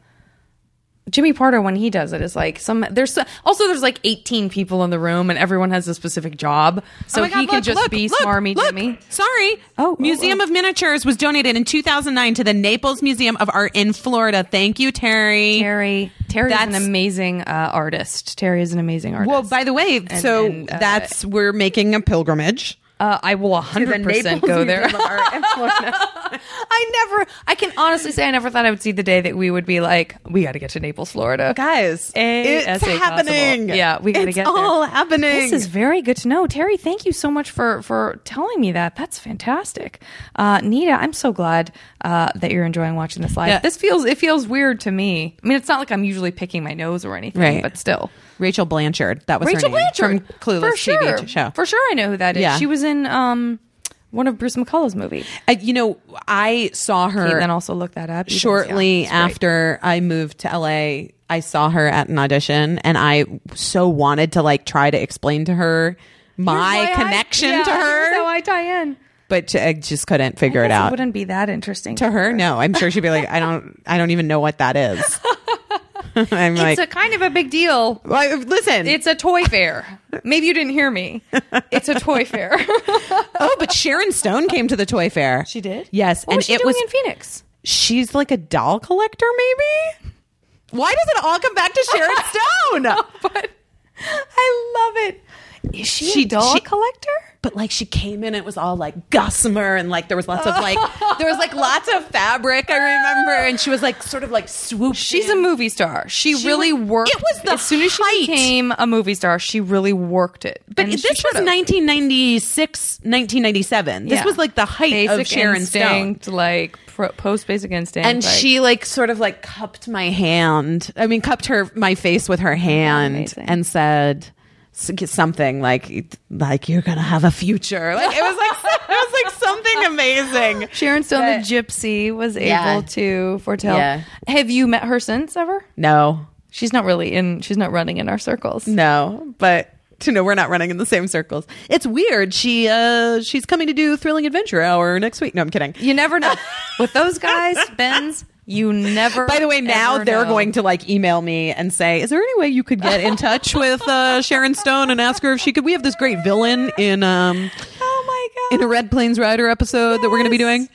Jimmy Parter when he does it is like some. There's so- also there's like 18 people in the room and everyone has a specific job, so Oh my God, he can look, just look, be look, smarmy look. Jimmy. Sorry. Oh, oh, Museum of Miniatures was donated in 2009 to the Naples Museum of Art in Florida. Thank you, Terry. Terry, Terry is an That's- amazing uh, artist. Terry is an amazing artist. Well, by the way, so and, uh, that's we're making a pilgrimage. Uh, I will 100% go there. *laughs* I never, I can honestly say I never thought I would see the day that we would be like, we got to get to Naples, Florida. Guys, ASA it's possible. happening. Yeah, we gotta It's get there. all happening. This is very good to know, Terry. Thank you so much for for telling me that. That's fantastic, uh, Nita. I'm so glad uh, that you're enjoying watching this live. Yeah. This feels it feels weird to me. I mean, it's not like I'm usually picking my nose or anything, Right. but still. Rachel Blanchard. That was Rachel her name Blanchard from Clueless for sure. TV show. For sure, I know who that is. Yeah. She was in um, one of Bruce McCullough's movies. Uh, you know, I saw her. And then also look that up. You can- shortly yeah, it's great. after I moved to LA, I saw her at an audition and I so wanted to like try to explain to her my Here's why I- connection yeah, to her, Here's how I tie in. but j- I just couldn't figure it Guess out. wouldn't be that interesting to her, no, I'm sure she'd be like, I don't, I don't even know what that *laughs* is. I'm It's like, a kind of a big deal. "Why- listen, It's a toy fair. Maybe you didn't hear me. It's a *laughs* toy fair. oh, but Sharon Stone came to the toy fair. She did? yes, What and was she it doing was in Phoenix? she's like a doll collector, maybe. Why does it all come back to *laughs* Sharon Stone? But I love it. Is she, She- a doll she- collector? but like she came in it was all like gossamer and like there was lots of *laughs* like there was like lots of fabric i remember and she was like sort of like swooped She's a in. movie star. She, She really was- worked. it was the as soon as height. she became a movie star, she really worked it. but And this she was should've. 1996 1997 this Yeah. was like the height of Basic sharon stone instinct, like pro- post basic instinct, and like- she like sort of like cupped my hand i mean cupped her my face with her hand Amazing. and said s- something like like you're gonna have a future like it was like *laughs* it was like something amazing Sharon Stone, the gypsy, was able Yeah. to foretell. Yeah. Have you met her since ever? no She's not really in. She's not running in our circles. No, but you know we're not running in the same circles. It's weird. She uh she's coming to do Thrilling Adventure Hour next week. No, I'm kidding. You never know. With those *laughs* guys, Ben's, you never. By the way, now ever they're know. going to like email me and say, "Is there any way you could get *laughs* in touch with uh, Sharon Stone and ask her if she could?" We have this great villain in um Oh my in god! a Red Plains Rider episode that we're going to be doing.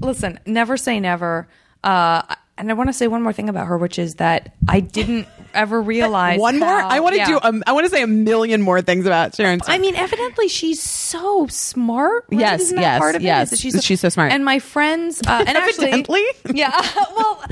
Listen, never say never. Uh, and I want to say one more thing about her, which is that I didn't ever realize One more. how- I want to yeah. do. Um, I want to say a million more things about Sharon. Stone. I mean, evidently she's so smart. Right? Yes, Isn't that yes, part of it? yes. Is that She's so smart. And my friends, uh, and actually, Evidently? *laughs* yeah. Well,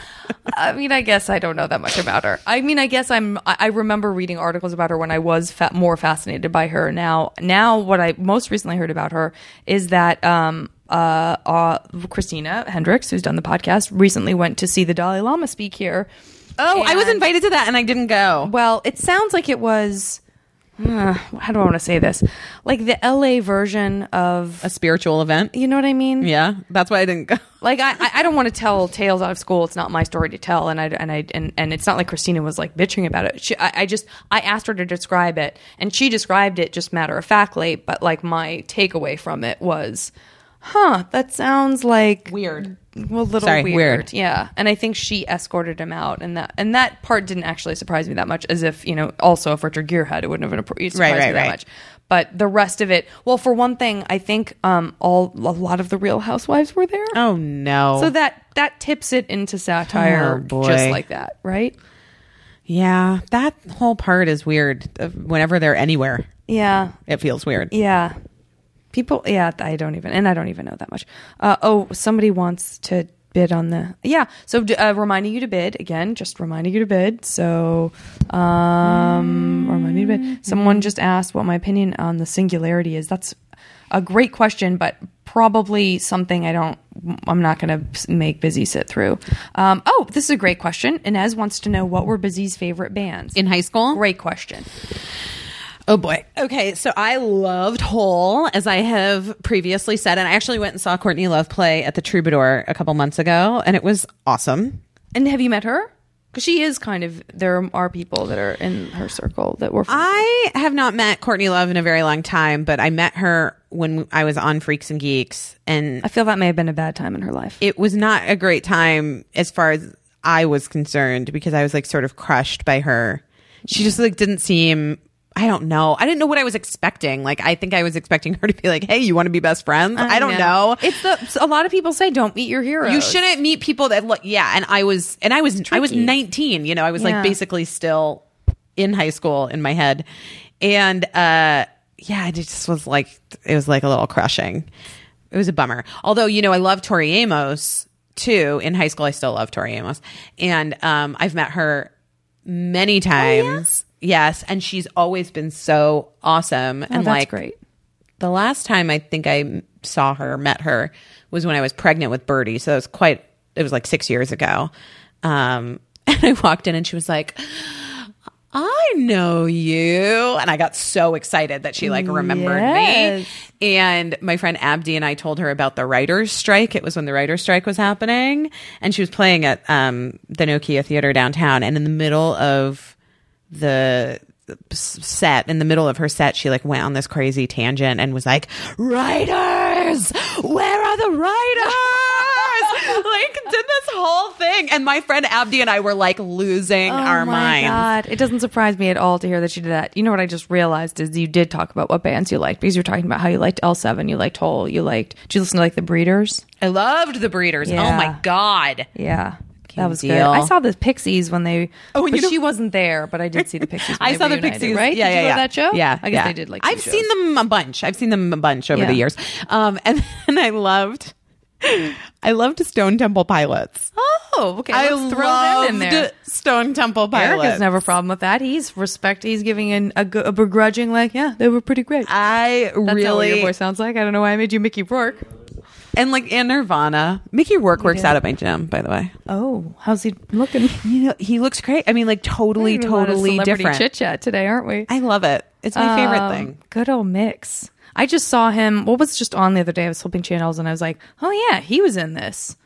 I mean, I guess I don't know that much about her. I mean, I guess I'm. I I remember reading articles about her when I was fa- more fascinated by her. Now, now, what I most recently heard about her is that. Um, uh, uh, Christina Hendricks, who's done the podcast, recently went to see the Dalai Lama speak here. oh, I was and- invited to that and I didn't go. Well, it sounds like it was. uh, how do I want to say this? Like the LA version of. A spiritual event. You know what I mean? Yeah, that's why I didn't go. Like I, I- I don't want to tell tales out of school. It's not my story to tell, and I and I and, and it's not like Christina was like bitching about it. She, I, I just I asked her to describe it, and she described it just matter of factly. But like my takeaway from it was, huh, that sounds like Weird. well, a little Sorry, weird. weird. Yeah, and I think she escorted him out, and that and that part didn't actually surprise me that much. As if you know, also if Richard Gere had, it wouldn't have been a, surprised Right, right, me that right. much. But the rest of it, well, for one thing, I think um, all a lot of the Real Housewives were there. Oh no. So that that tips it into satire Oh, boy. just like that, right? Yeah, that whole part is weird. Uh, Whenever they're anywhere, Yeah. it feels weird. Yeah. People yeah, I don't even and I don't even know that much. Uh, oh, somebody wants to bid on the Yeah, so d- uh, reminding you to bid again, just reminding you to bid. So um remind me to bid. Someone just asked what my opinion on the singularity is. That's a great question, but probably something I don't, I'm not going to make Busy sit through. Um, oh, this is a great question. Inez wants to know what were Busy's favorite bands? In high school? Great question. Oh boy. Okay, so I loved Hole, as I have previously said, and I actually went and saw Courtney Love play at the Troubadour a couple months ago, and it was awesome. And have you met her? Because she is kind of. There are people that are in her circle that were. From, I have not met Courtney Love in a very long time, but I met her when I was on Freaks and Geeks, and I feel that may have been a bad time in her life. it was not a great time as far as I was concerned because I was like sort of crushed by her. She just like didn't seem I don't know. I didn't know what I was expecting. Like I think I was expecting her to be like, "Hey, you want to be best friends?" I, don't know. It's the. A lot of people say don't meet your heroes. You shouldn't meet people that look yeah, and I was and I was I was 19, you know. I was Yeah. like basically still in high school in my head. And uh yeah, it just was like it was like a little crushing. It was a bummer. Although, you know, I love Tori Amos too. In high school I still love Tori Amos. And um I've met her Oh, many times. Yes, and she's always been so awesome Oh, and that's like great. the last time I think I saw her, met her, was when I was pregnant with Birdie. So it was quite, *laughs* it was like six years ago. Um, and I walked in and she was like, I know you. And I got so excited that she like remembered Yes. me. And my friend Abdi and I told her about the writer's strike. It was when the writer's strike was happening. And she was playing at um, the Nokia Theater downtown. And in the middle of the s- set, in the middle of her set, she like went on this crazy tangent and was like, Writers! Where are the writers? *laughs* like, did this whole thing. And my friend Abdi and I were like losing our Oh my minds. God. It doesn't surprise me at all to hear that she did that. You know what I just realized is you did talk about what bands you liked because you're talking about how you liked L7, you liked Hole, you liked. Did you listen to like the Breeders? I loved the breeders. Yeah. Oh my god. Yeah. That was good. deal. I saw the Pixies when they. Oh, and but you know- she wasn't there. But I did see the Pixies. *laughs* When I they saw the reunited, Pixies, Right? Yeah, did yeah, you go yeah. to that show. Yeah, I guess yeah. they did. Like two I've seen shows. them a bunch. I've seen them a bunch over Yeah. the years. Um, *laughs* and then I loved, I loved Stone Temple Pilots. Oh, okay. I Let's throw them loved in there. Stone Temple Pilots. Eric has never a problem with that. He's respect. He's giving an, a, gu- a begrudging like, yeah, they were pretty great. I That's not what really your voice sounds like. I don't know why I made you Mickey Rourke. and like and Nirvana. Mickey Rourke works did. out at my gym, by the way. Oh, how's he *laughs* looking? You know, he looks great. I mean, like totally, totally different. Chit chat today, aren't we? I love it. It's my favorite Um, thing. Good old mix. I just saw him. What was just on the other day? I was flipping channels and I was like, oh yeah, he was in this.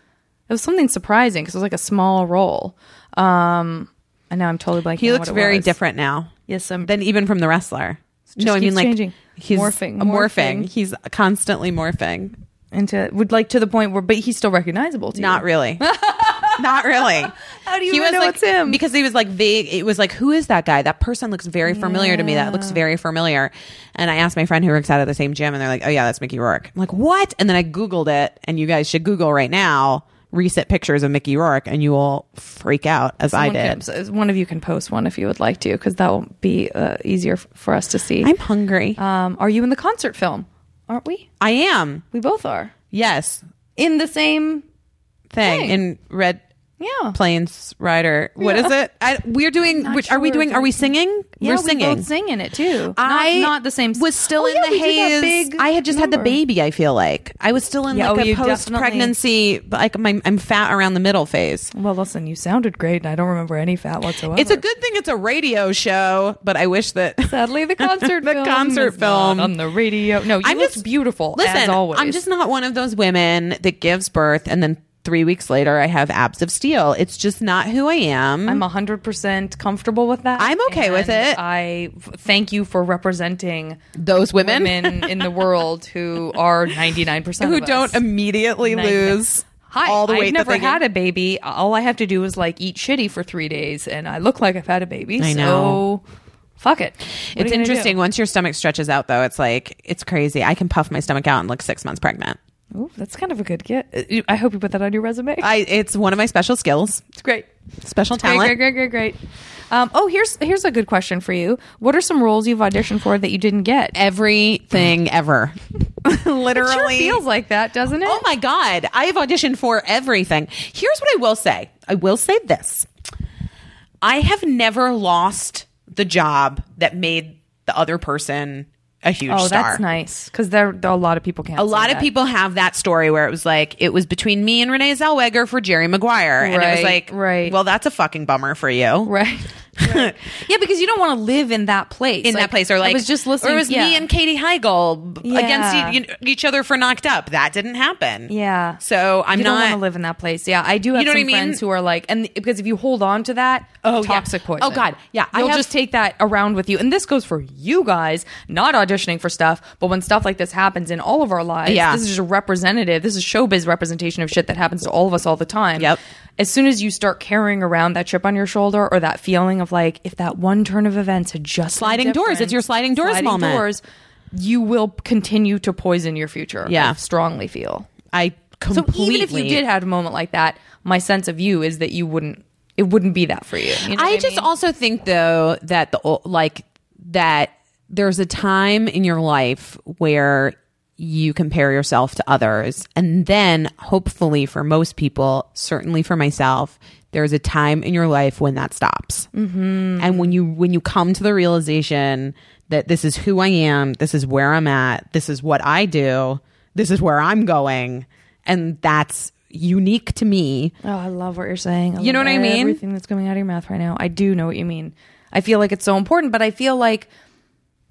It was something surprising because it was like a small role. Um, and now I'm totally blanking. He on looks what it very was. different now. Yes, I'm. than even from the wrestler. no, I keeps mean like changing. he's Morphing, morphing, morphing. morphing. He's constantly morphing. into would like to the point where, but he's still recognizable to you. Not *laughs* really. Not really. How do you even know like, it's him? Because he was like vague. It was like, who is that guy? That person looks very familiar to me. That looks very familiar. And I asked my friend who works out at the same gym, and they're like, oh yeah, that's Mickey Rourke. I'm like, what? And then I Googled it, and you guys should Google right now recent pictures of Mickey Rourke, and you will freak out as I Someone did. can- so one of you can post one if you would like to, because that will be uh, easier f- for us to see. I'm hungry. um, are you in the concert film? Aren't we? I am. We both are Yes. in the same. Thing, Thing. in red Yeah, planes rider what is it I, we're doing Not which are we sure. doing are we singing yeah, we're we singing both sing in it too. I not, not the same. was still Oh, in yeah, the we did that haze. big I had just had the number. baby. I feel like I was still in Yeah, oh, like you a post-pregnancy, like my, I'm fat around the middle phase. Well, listen, you sounded great, and I don't remember any fat whatsoever. It's a good thing it's a radio show, but I wish that Sadly, the *laughs* concert the film concert is not film on the radio. No, you I'm looked just beautiful. Listen, as always. I'm just not one of those women that gives birth and then three weeks later I have abs of steel. It's just not who I am. I'm 100% comfortable with that. Mm-hmm. I'm okay with and it. I f- thank you for representing those women, women in the world who *laughs* are 99% who of us. don't immediately Nine- lose Hi, all the weight I've that never they had a baby. All I have to do is like eat shitty for three days, and I look like I've had a baby. I know. So fuck it. What are you It's gonna do? interesting. Once your stomach stretches out, though, it's like it's crazy. I can puff my stomach out and look six months pregnant. Ooh, that's kind of a good get. Uh, you- I hope you put that on your resume. I it's one of my special skills, it's great. special Great, talent. great, great, great, great. Um, oh, here's here's a good question for you. What are some roles you've auditioned for that you didn't get? *laughs* Everything ever, It literally sure feels like that, doesn't it? Oh my god, I have auditioned for everything. Here's what I will say. I will say this. I have never lost the job that made the other person a huge Oh, star. that's nice because there, there are a lot of people can't. A lot of people *laughs* have that story where it was like it was between me and Renee Zellweger for Jerry Maguire, and it Right, was like, right. well, that's a fucking bummer for you. right? yeah, because you don't want to live in that place. In that place, or like I was just listening. or it was yeah. me and Katie Heigl b- Yeah. against e- you- each other for knocked up. That didn't happen. yeah. So I'm you don't want not to live in that place. Yeah, I do. Have You know some what I mean? friends who are like, and because if you hold on to that, Oh, yeah. toxic poison. Oh, God. Yeah, I you'll have- just take that around with you. And this goes for you guys, not auditioning for stuff, but when stuff like this happens in all of our lives, Yeah. this is just a representative. This is showbiz representation of shit that happens to all of us all the time. Yep. As soon as you start carrying around that chip on your shoulder or that feeling of like, if that one turn of events had just been Sliding doors. different, It's your sliding doors moment. you will continue to poison your future. Yeah. I strongly feel. I So completely. even if you did have a moment like that, my sense of you is that you wouldn't. It wouldn't be that for you. You know I what just also think though that the ol- like that there's a time in your life where you compare yourself to others and then hopefully for most people certainly for myself there's a time in your life when that stops mm-hmm. and when you when you come to the realization that this is who i am this is where i'm at this is what i do this is where i'm going and that's unique to me Oh, I love what you're saying. I You know love what I mean? Everything that's coming out of your mouth right now. I do know what you mean. I feel like it's so important, but I feel like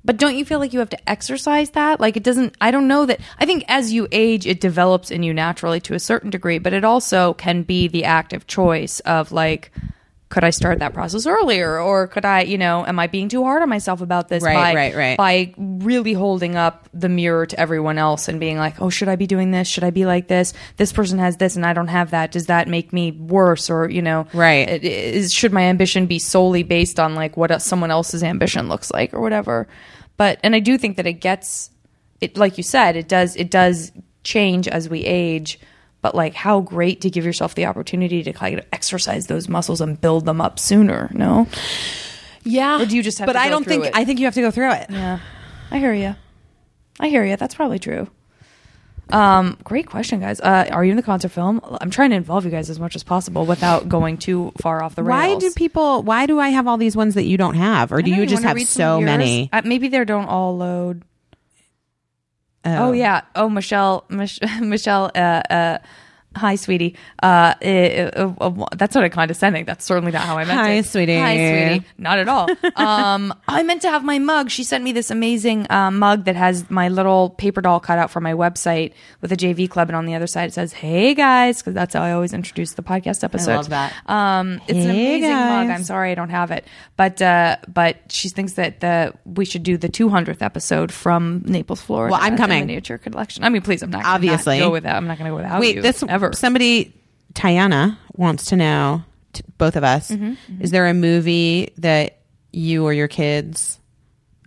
but don't you feel like you have to exercise that? Like it doesn't I don't know that I think as you age it develops in you naturally to a certain degree, but it also can be the active choice of like could I start that process earlier or could I, you know, am I being too hard on myself about this Right, by right, right. by really holding up the mirror to everyone else and being like, "Oh, should I be doing this? Should I be like this? This person has this and I don't have that. Does that make me worse or, you know, Right. it- is should my ambition be solely based on like what else- someone else's ambition looks like or whatever but and i do think that it gets it like you said it does it does change as we age but like how great to give yourself the opportunity to kind of exercise those muscles and build them up sooner no Yeah. Or do you just have But to I go don't through think it? I think you have to go through it. yeah i hear you i hear you that's probably true um great question guys uh are you in the concert film i'm trying to involve you guys as much as possible without going too far off the rails Why do people why do I have all these ones that you don't have or do I know, you just wanna have read some of so yours? many? Uh, maybe they don't all load. Oh, yeah. Oh Michelle, Mich- *laughs* Michelle. Uh, uh, hi, sweetie. Uh, uh, uh, uh, that's not a condescending. That's certainly not how I meant Hi, it. sweetie. Hi, sweetie. Not at all. *laughs* um, I meant to have my mug. She sent me this amazing uh, mug that has my little paper doll cut out for my website with a JV club, and on the other side it says "Hey guys" because that's how I always introduce the podcast episodes. that. Um, it's an Hey, amazing mug. guys. I'm sorry I don't have it, but uh, but she thinks that the we should do the 200th episode from Naples, Florida. Well, I'm in the coming. miniature collection. I mean, please, I'm not gonna Obviously. not go without. I'm not going to go without. Wait, you, this ever. somebody Tiana wants to know t- both of us. Mm-hmm, Is there a movie that you or your kids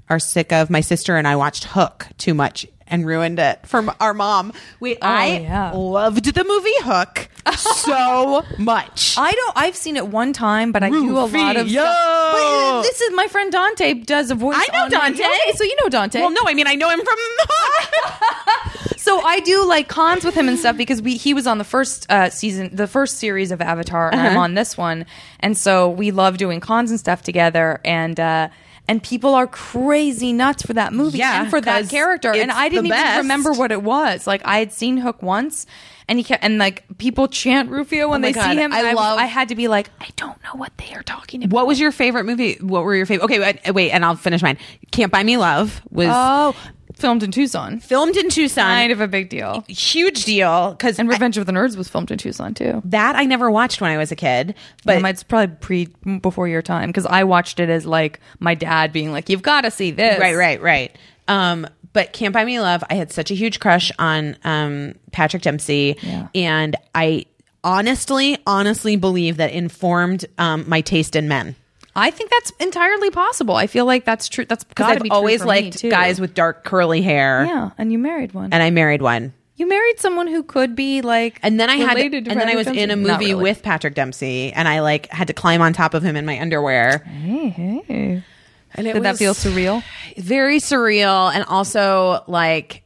are sick of? My sister and I watched Hook too much and ruined it for m- our mom. Wait, I Oh, yeah. loved the movie *laughs* Hook so much. I don't. I've seen it one time, but I do a lot of. Rufio! Stuff. Wait, this is my friend Dante does a voice. I know on my- Dante. Okay, so you know Dante. well, no, I mean I know him from *laughs* Hook. So I do like cons with him and stuff because we he was on the first uh, season, the first series of Avatar, and I'm Uh-huh. on this one, and so we love doing cons and stuff together, and. uh and people are crazy nuts for that movie Yeah, and for that 'cause character. And it's I the didn't even best. remember what it was. Like I had seen Hook once, and he kept, and like people chant Rufio when Oh my they God, see him. I and was- love- I had to be like, I don't know what they are talking about. What was your favorite movie? What were your favorite? Okay, wait, wait, and I'll finish mine. Can't Buy Me Love was Oh, filmed in Tucson, filmed in Tucson. kind of a big deal. huge deal because And Revenge of the Nerds was filmed in Tucson too. that I never watched when I was a kid. But But it's probably pre before your time because I watched it as like my dad being like, "You've got to see this." right, right, right. Um, but Can't Buy Me Love, I had such a huge crush on um, Patrick Dempsey, Yeah. and I honestly, honestly believe that informed um, my taste in men. I think that's entirely possible. I feel like that's true. That's Because gotta I've be true always for me, liked too. guys with dark curly hair, Yeah, and you married one. and I married one. you married someone who could be like. And then I had, and related to then I Bradley was in Benson. a Not movie really. with Patrick Dempsey, and I like had to climb on top of him in my underwear. Hey, hey. And it Did that was- feel surreal? very surreal and also like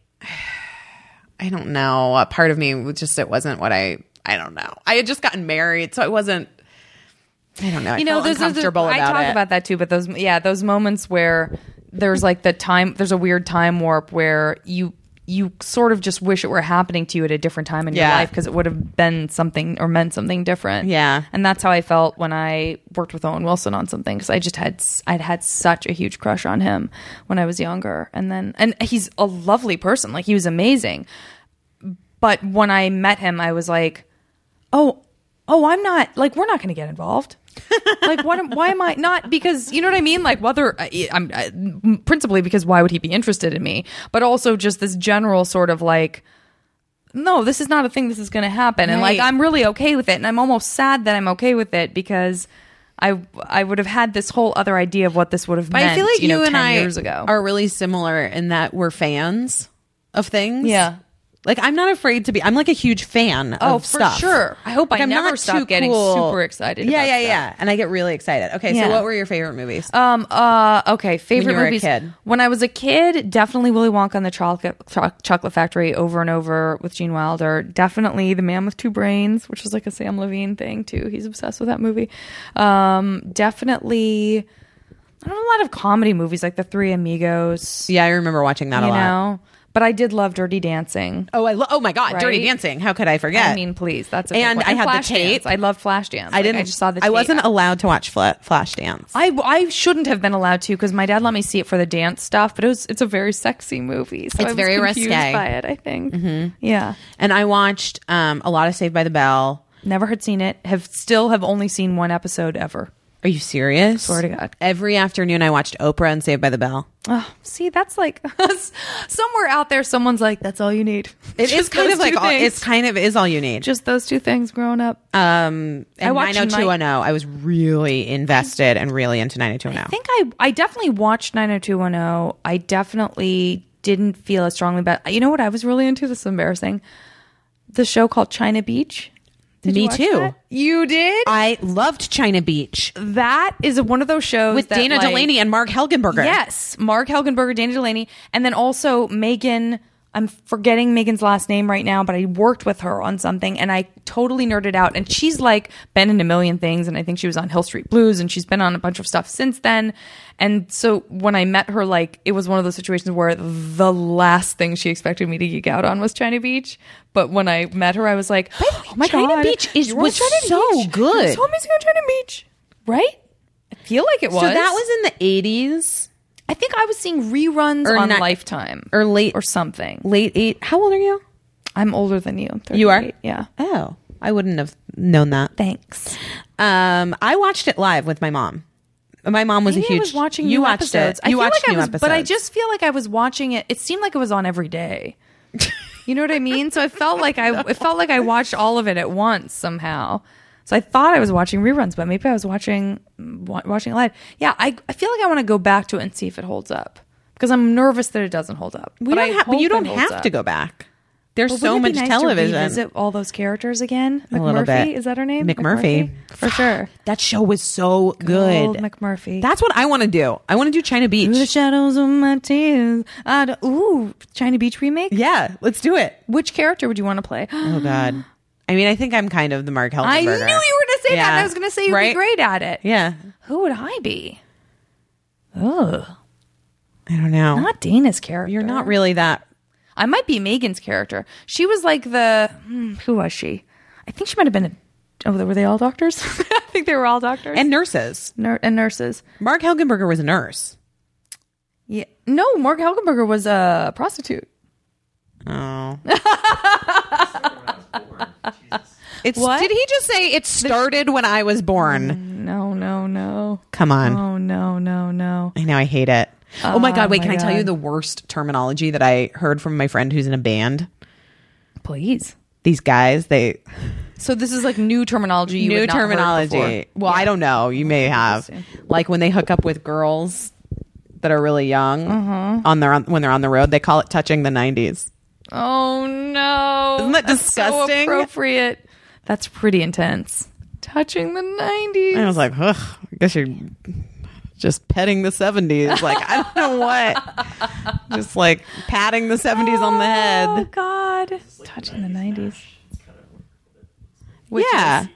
*sighs* i don't know a part of me was just it wasn't what i i don't know i had just gotten married so i wasn't i don't know I you know, felt those are the, uncomfortable I about talk it. about that too, but those yeah, those moments where there's like the time there's a weird time warp where you you sort of just wish it were happening to you at a different time in Yeah. your life because it would have been something or meant something different. Yeah. and that's how I felt when I worked with Owen Wilson on something because I just had s- I'd had such a huge crush on him when I was younger, and then and he's a lovely person, like he was amazing. But when I met him, I was like, oh, oh, I'm not like we're not going to get involved. like what am, why am i not because you know what i mean like whether I- i'm I, principally because why would he be interested in me but also just this general sort of like no this is not a thing this is going to happen and like Right. i'm really okay with it and i'm almost sad that i'm okay with it because i i would have had this whole other idea of what this would have But meant i feel like you, know, and 10 i years ago are really similar in that we're fans of things Yeah. like I'm not afraid to be. I'm like a huge fan. Oh, of for stuff. sure. I hope I Like, I'm never not stop too getting cool. super excited Yeah, about yeah, stuff. yeah. And I get really excited. Okay, Yeah. so what were your favorite movies? Oh, Um. Uh. Okay. Favorite you were a movies. kid. When I was a kid, definitely Willy Wonka and the Chocolate Cho- Chocolate Factory over and over with Gene Wilder. Definitely The Man with Two Brains, which is like a Sam Levine thing too. He's obsessed with that movie. Um. Definitely. I don't know a lot of comedy movies like The Three Amigos. yeah, I remember watching that a you lot. know. But I did love Dirty Dancing. Oh, I lo- oh my god, Dirty Right? Dancing. How could I forget? I mean, please, that's a And big one. I had the Flashdance. tape. I love Flashdance. I didn't. I just saw the. I tape. wasn't allowed to watch Fla- Flashdance. I, I shouldn't have been allowed to because my dad let me see it for the dance stuff, but it was it's a very sexy movie. So It's I was very confused risque. Mm-hmm. by it. I think. Yeah, and I watched um, a lot of Saved by the Bell. never had seen it. Have still have only seen one episode ever. Are you serious? Swear to God. Every afternoon, I watched Oprah and Saved by the Bell. Oh, see, that's like *laughs* somewhere out there, someone's like, "That's all you need." It is Just kind those of like two all, things. it's kind of is all you need. just those two things. Growing up, um, and I watched 90210. oh, I was really invested and really into 90210. I think I I definitely watched 90210. I definitely didn't feel as strongly about. You know what I was really into? This is embarrassing. The show called China Beach. Did you Me watch too. that? You did. I loved China Beach Uh, that is one of those shows with that, Dana like- Delaney and Mark Helgenberger. Yes, Mark Helgenberger, Dana Delaney, and then also Megan. I'm forgetting Megan's last name right now, but I worked with her on something and I totally nerded out. And she's like been in a million things. And I think she was on Hill Street Blues and she's been on a bunch of stuff since then. And so when I met her, like it was one of those situations where the last thing she expected me to geek out on was China Beach. But when I met her, I was like, oh my China God. Beach is- You're on was so Beach. good. You told me to go to China Beach, right? I feel like it was. So that was in the 80s I think I was seeing reruns Or on not- Lifetime or late or something. late eight. How old are you? I'm older than you. I'm You are? 38, Yeah. Oh, I wouldn't have known that. Thanks. Um, I watched it live with my mom. My mom was Maybe a huge. I was watching you new watched episodes. it. You I feel watched like new I was, episodes, but I just feel like I was watching it. It seemed like it was on every day. You know what I mean? So I felt *laughs* like I it felt like I watched all of it at once somehow. So I thought I was watching reruns, but maybe I was watching wa- watching it live. Yeah, I, I feel like I want to go back to it and see if it holds up because I'm nervous that it doesn't hold up. We don't I ha- but hope you it don't holds have up. to go back. There's But so wouldn't it much be nice television. To revisit all those characters again. McMurphy A little bit. is that her name? McMurphy. for sure. That show was so good. Old McMurphy. That's what I want to do. I want to do China Through the Beach. shadows of my tears. I don't- ooh, China Beach remake. Yeah, let's do it. Which character would you want to play? Oh God. I mean, I think I'm kind of the Mark Helgenberger. *gasps* I knew you were going to say that. And Yeah. I was going to say you'd Right? be great at it. Yeah. Who would I be? Oh, I don't know. not Dana's character. You're not really that. I might be Megan's character. She was like the hmm, who was she? I think she might have been. A, oh, were they all doctors? *laughs* I think they were all doctors And nurses. Nur- and nurses. Mark Helgenberger was a nurse. Yeah. No, Mark Helgenberger was a prostitute. *laughs* Oh. Jesus. It's, What? Did he just say it started when I was born? No, no, no. Come on. Oh, no, no, no. I know I hate it. Oh, my god, wait, my can I tell God. you the worst terminology that I heard from my friend who's in a band? Please. These guys, they So this is like new terminology. You new had not heard terminology. before. Well, I don't know. You may have Interesting. like when they hook up with girls that are really young Mm-hmm. on their on, when they're on the road, they call it touching the 90s. Oh, no. Isn't that That's so disgusting? appropriate. That's pretty intense. Touching the 90s. And I was like, "Ugh, I guess you're just petting the 70s." Like, I don't know what. *laughs* Just like patting the 70s on the Oh, head. God. Touching the 90s. yeah.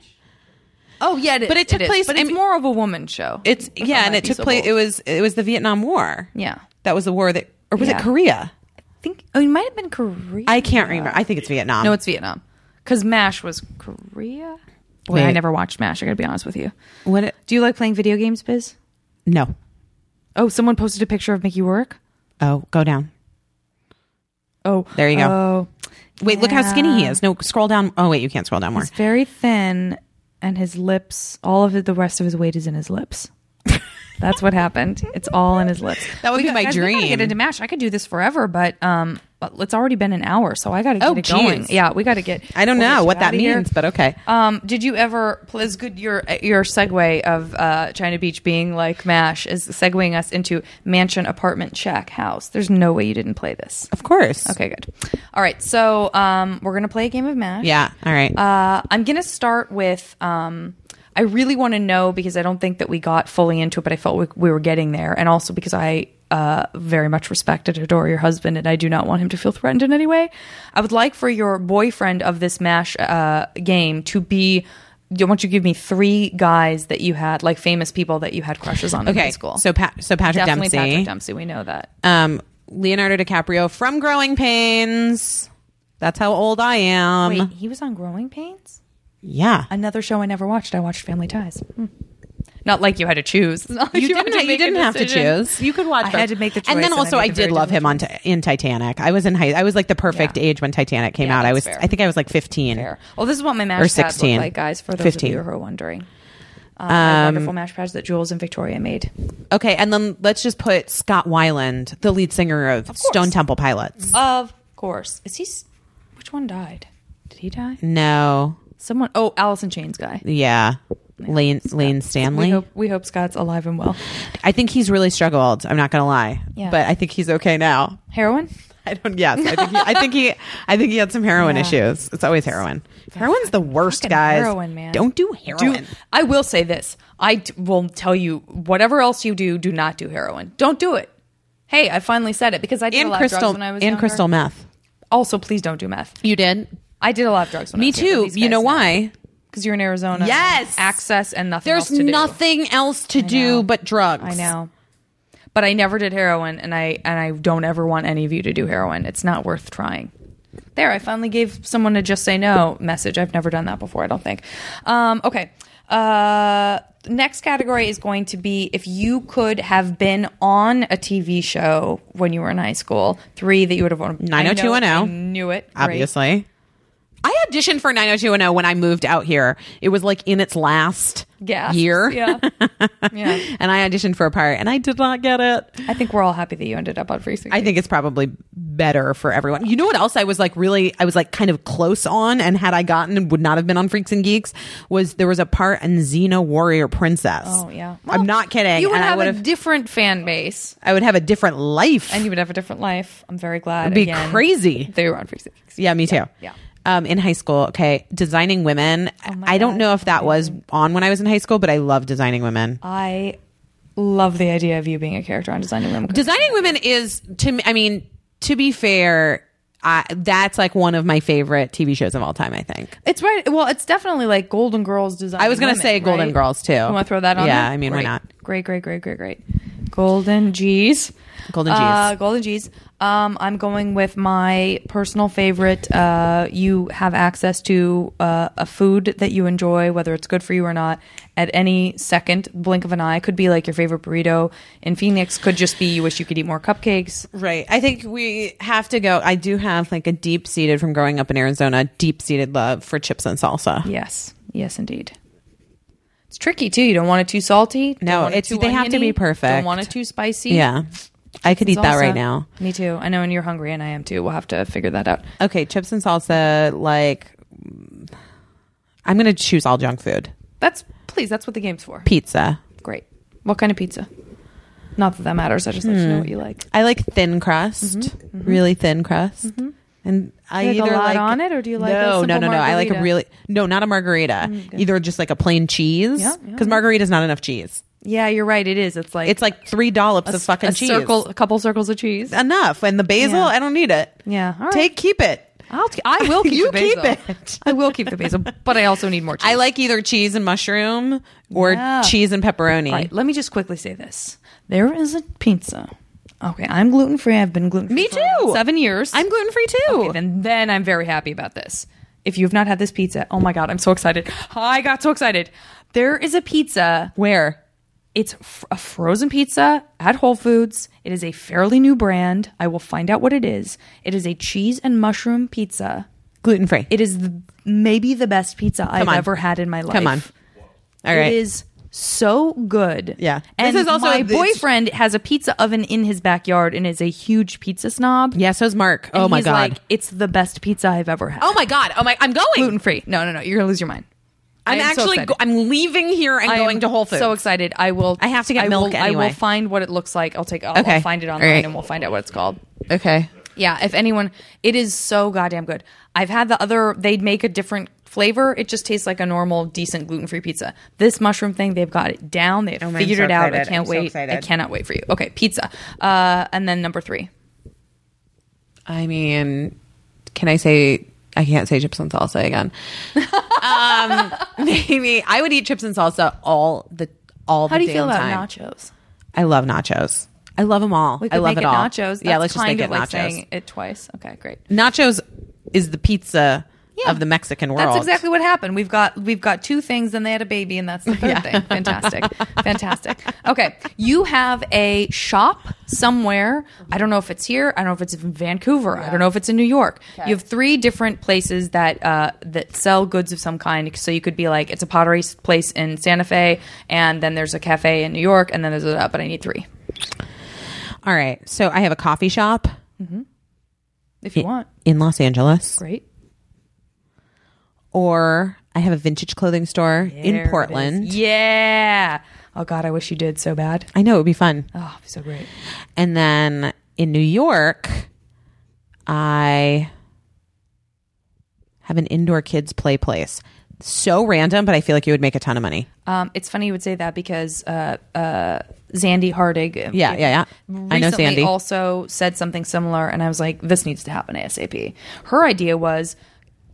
Oh, yeah. But it took place- But I it's mean- more of a woman show. It's If I yeah, and might it be took so place. bold. It was it was the Vietnam War. yeah. that was the war that, or was Yeah. it Korea? I think, oh, it might have been Korea. I can't remember. I think it's Vietnam. No, it's Vietnam. Because MASH was Korea. Boy, I Wait. never watched MASH. I got to be honest with you. what? It, Do you like playing video games, Biz? no. Oh, someone posted a picture of Mickey Rourke. Oh, go down. Oh, There you go. Oh, Wait, look how skinny he is. No, scroll down. Oh wait, you can't scroll down more. he's very thin, and his lips. All of it, the rest of his weight is in his lips. *laughs* That's what happened. It's all in his lips. That would be got- my guys, we gotta dream. get into Mash. I could do this forever, but um, but it's already been an hour, so I got to get Oh, it going. geez. Yeah, we got to get. I don't we'll get know you what that outta means, here. but okay. Um, did you ever? pl- It's good. Your your segue of uh, China Beach being like Mash is segueing us into mansion, apartment, shack, house. There's no way you didn't play this. Of course. Okay, good. All right, so um, we're gonna play a game of Mash. Yeah. All right. Uh, I'm gonna start with. Um, I really want to know because I don't think that we got fully into it, but I felt we, we were getting there, and also because I uh, very much respect and adore your husband, and I do not want him to feel threatened in any way. I would like for your boyfriend of this Mash uh, game to be. I want you to give me three guys that you had, like famous people that you had crushes on in okay. high school. So, pa- so Patrick definitely Dempsey. Patrick Dempsey. We know that. Um, Leonardo DiCaprio from Growing Pains. That's how old I am. Wait, he was on Growing Pains? Yeah. Another show I never watched. I watched Family Ties. Hmm. Not like you had to choose. *laughs* It's not like you, had didn't, you make a didn't have to decision. choose. You could watch. I both. had to make the choice, And then and I also, made I, a did very love him on t- in Titanic. I was in high. I was like the perfect Yeah. age when Titanic came Yeah, out. I was. that's fair. I think I was like fifteen. Fair. Well, this is what my mash pad 16. looked like, guys, for those of 15. you who are wondering. Um, my wonderful mash pads that Jules and Victoria made. Okay, and then let's just put Scott Weiland, the lead singer of, Stone Temple Pilots. Of course. Is he. s- Which one died? Did he die? No. Someone. Oh, Allison Chains guy. Yeah. Lane Lane We Stanley. hope, we hope Scott's alive and well. I think he's really struggled. I'm not gonna lie, Yeah. but I think he's okay now. Heroin? I don't. Yes, I think he. I think he, I think he had some heroin Yeah. issues. It's always heroin's the worst, Fucking guys. heroin, man. Don't do Do, heroin. I will say this. I d- will tell you, whatever else you do, do not do heroin. Don't do it. Hey, I finally said it because I did a and lot of crystal drugs when I was and younger. crystal meth. Also, please don't do meth. You did. I did a lot of drugs when I Me was younger. too. These You guys know why? Because you're in Arizona. Yes. Access and nothing else There's to do. nothing else to know. do but drugs. I know. But I never did heroin, and I and I don't ever want any of you to do heroin. It's not worth trying. There, I finally gave someone a just say no message. I've never done that before. I don't think. Um, okay. Uh, next category is going to be if you could have been on a TV show when you were in high school. Three that you would have won. 90210. I knew it. Great. Obviously. I auditioned for 90210 when I moved out here. It was like in its last Yeah. year. *laughs* Yeah. yeah. And I auditioned for a part and I did not get it. I think we're all happy that you ended up on Free Singing. I think it's probably better for everyone. You know what else I was like really I was like kind of close on and had I gotten would not have been on Freaks and Geeks was there was a part in Xena Warrior Princess. Oh yeah. I'm Well, not kidding. You would and I have would a have different fan base. I would have a different life. and you would have a different life. I'm very glad. It'd be again, crazy. They were on Free Six. Yeah, Oh me too. yeah. Um, in high school, okay, designing women. my I don't God. know if that was on when I was in high school, but I love designing women. I love the idea of you being a character on Designing Women. designing women is to me. I mean, to be fair, I, that's like one of my favorite TV shows of all time. I think it's right. Well, it's definitely like Golden Girls design. I was gonna say Golden Girls, too. You want to throw that on? Oh. Yeah, there? I mean, why Great. not? Great, great, great, great, great. Golden G's. Golden G's. Uh, Golden G's. Um, I'm going with my personal favorite. Uh, you have access to uh, a food that you enjoy, whether it's good for you or not, at any second blink of an eye. Could be like your favorite burrito in Phoenix. Could just be you wish you could eat more cupcakes. right. I think we have to go. I do have like a deep seated from growing up in Arizona, deep seated love for chips and salsa. Yes, yes, indeed. It's tricky too. You don't want it too salty. Don't No, want it it's- too they have to be oniony, Don't perfect. want it too spicy. Yeah, I could eat that Salsa. right now. Me too. I know, and you're hungry, and I am too. We'll have to figure that out. Okay, chips and salsa. Like, I'm gonna choose all junk food. That's please. That's what the game's for. Pizza. Great. What kind of pizza? Not that that matters. I just like to Hmm. know what you like. I like thin crust, really thin crust. And I Mm-hmm. You like a either lot like on it, or do you like a no, no, simple no, no. I like a margarita? Mm, really no, not a margarita. Either just like a plain cheese, Yeah, because yeah, yeah. margarita is not enough cheese. Yeah, you're right. It is. It's like It's like three dollops of fucking a cheese. circle, a couple circles of cheese. enough, and the basil. Yeah. I don't need it. Yeah, all right. take keep it. I'll, I *laughs* will keep You the basil. keep it. I will keep the basil, but I also need more *laughs* cheese. I like either cheese and mushroom or Yeah. cheese and pepperoni. Right. Let me just quickly say this: there is a pizza. Okay, I'm gluten free. I've been gluten free. Me for around too. Seven years. I'm gluten free too. Okay, then then I'm very happy about this. If you've not had this pizza, oh my god, I'm so excited! I got so excited. There is a pizza. Where? It's f- a frozen pizza at Whole Foods. It is a fairly new brand. I will find out what it is. It is a cheese and mushroom pizza. Gluten free. It is the, maybe the best pizza I've on. ever had in my life. Come on. All right. It is so good. Yeah. And This is also- my it's- boyfriend has a pizza oven in his backyard and is a huge pizza snob. yeah, so's Mark. And oh my he's god. like, it's the best pizza I've ever had. oh my god. Oh my I'm going. gluten free. No, no, no. You're gonna lose your mind. I'm I am so actually excited. go- I'm leaving here and I am going to Whole Foods. So excited! I will. I have to get I milk will, I anyway. will find what it looks like. I'll take. I'll, Okay. I'll find it All online right. and we'll find out what it's called. Okay. Yeah, if anyone, it is so goddamn good. I've had the other, they'd make a different flavor. It just tastes like a normal, decent gluten free pizza. This mushroom thing, they've got it down. They've Oh, man, I'm figured so it out. I excited. can't I'm so wait. I excited. cannot wait for you. Okay, pizza. Uh, and then number three. I mean, can I say I can't say chips and salsa *laughs* again? um, maybe I would eat chips and salsa all the all How the do you feel damn about time. nachos? I love nachos. I love them all. We could I love make it all. nachos. That's yeah, let's just kind make it of like nachos. saying it twice. Okay, great. Nachos is the pizza Yeah. of the Mexican world. That's exactly what happened. We've got we've got two things, then they had a baby, and that's the third thing. Fantastic, fantastic. Okay, you have a shop somewhere. I don't know if it's here. I don't know if it's in Vancouver. I don't know if it's in New York. You have three different places that uh, that sell goods of some kind. So you could be like, it's a pottery s- place in Santa Fe, and then there's a cafe in New York, and then there's a. uh, But I need three All right. So I have a coffee shop if you want. in Los Angeles, Great. or I have a vintage clothing store There it in is. Portland. Yeah. Oh God, I wish you did so bad. I know it would be fun. Oh, so great. And then in New York, I have an indoor kids play place. So random, but I feel like you would make a ton of money. Um, it's funny you would say that because uh, uh, Zandy Hardig, uh, Yeah, yeah, yeah. I know recently Sandy. also said something similar, and I was like, this needs to happen ASAP. Her idea was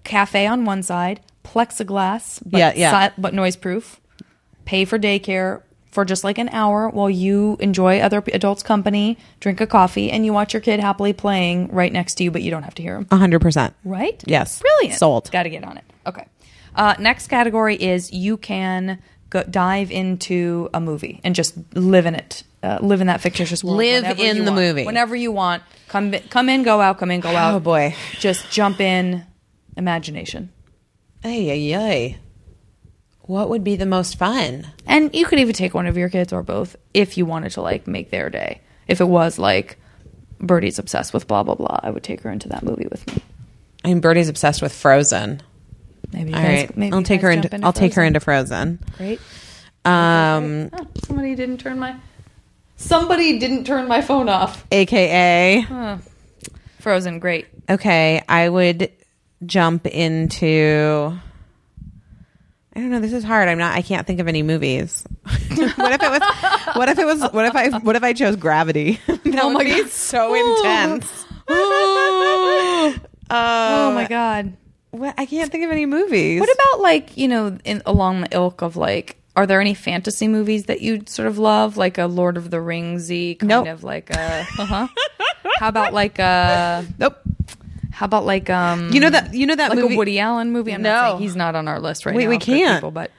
cafe on one side, plexiglass, but, Yeah, yeah. si- but noise proof, pay for daycare for just like an hour while you enjoy other p- adults' company, drink a coffee, and you watch your kid happily playing right next to you, but you don't have to hear them. A hundred percent. Right? Yes. Brilliant. Sold. Got to get on it. Okay. Uh, next category is you can go dive into a movie and just live in it. Uh, live in that fictitious world. Live whenever in you the want. movie. Whenever you want. Come come in, go out, come in, go out. Oh, boy. Just jump in imagination. Ay ay ay. What would be the most fun? And you could even take one of your kids or both if you wanted to like make their day. If it was like Birdie's obsessed with blah blah blah, I would take her into that movie with me. I mean, Birdie's obsessed with Frozen. Maybe you All guys, right. maybe I'll you take guys her jump into, I'll take her Frozen. into Frozen. Great. Um, Oh, somebody didn't turn my. Somebody didn't turn my phone off. AKA. Frozen, great. Okay, I would jump into. I don't know. This is hard. I'm not. I can't think of any movies. *laughs* what if it was? What if it was? What if I? What if I chose Gravity? *laughs* that Oh would be so *laughs* intense. oh, Oh my god. What, I can't think of any movies. What about like you know in, along the ilk of like, are there any fantasy movies that you sort of love, like a Lord of the Ringsy kind Nope. of *laughs* like a? Uh-huh. how about like a? Nope. How about like um? You know that. You know that like movie. a Woody Allen movie. I'm No. not saying he's not on our list right We- now. we of good can't. People, but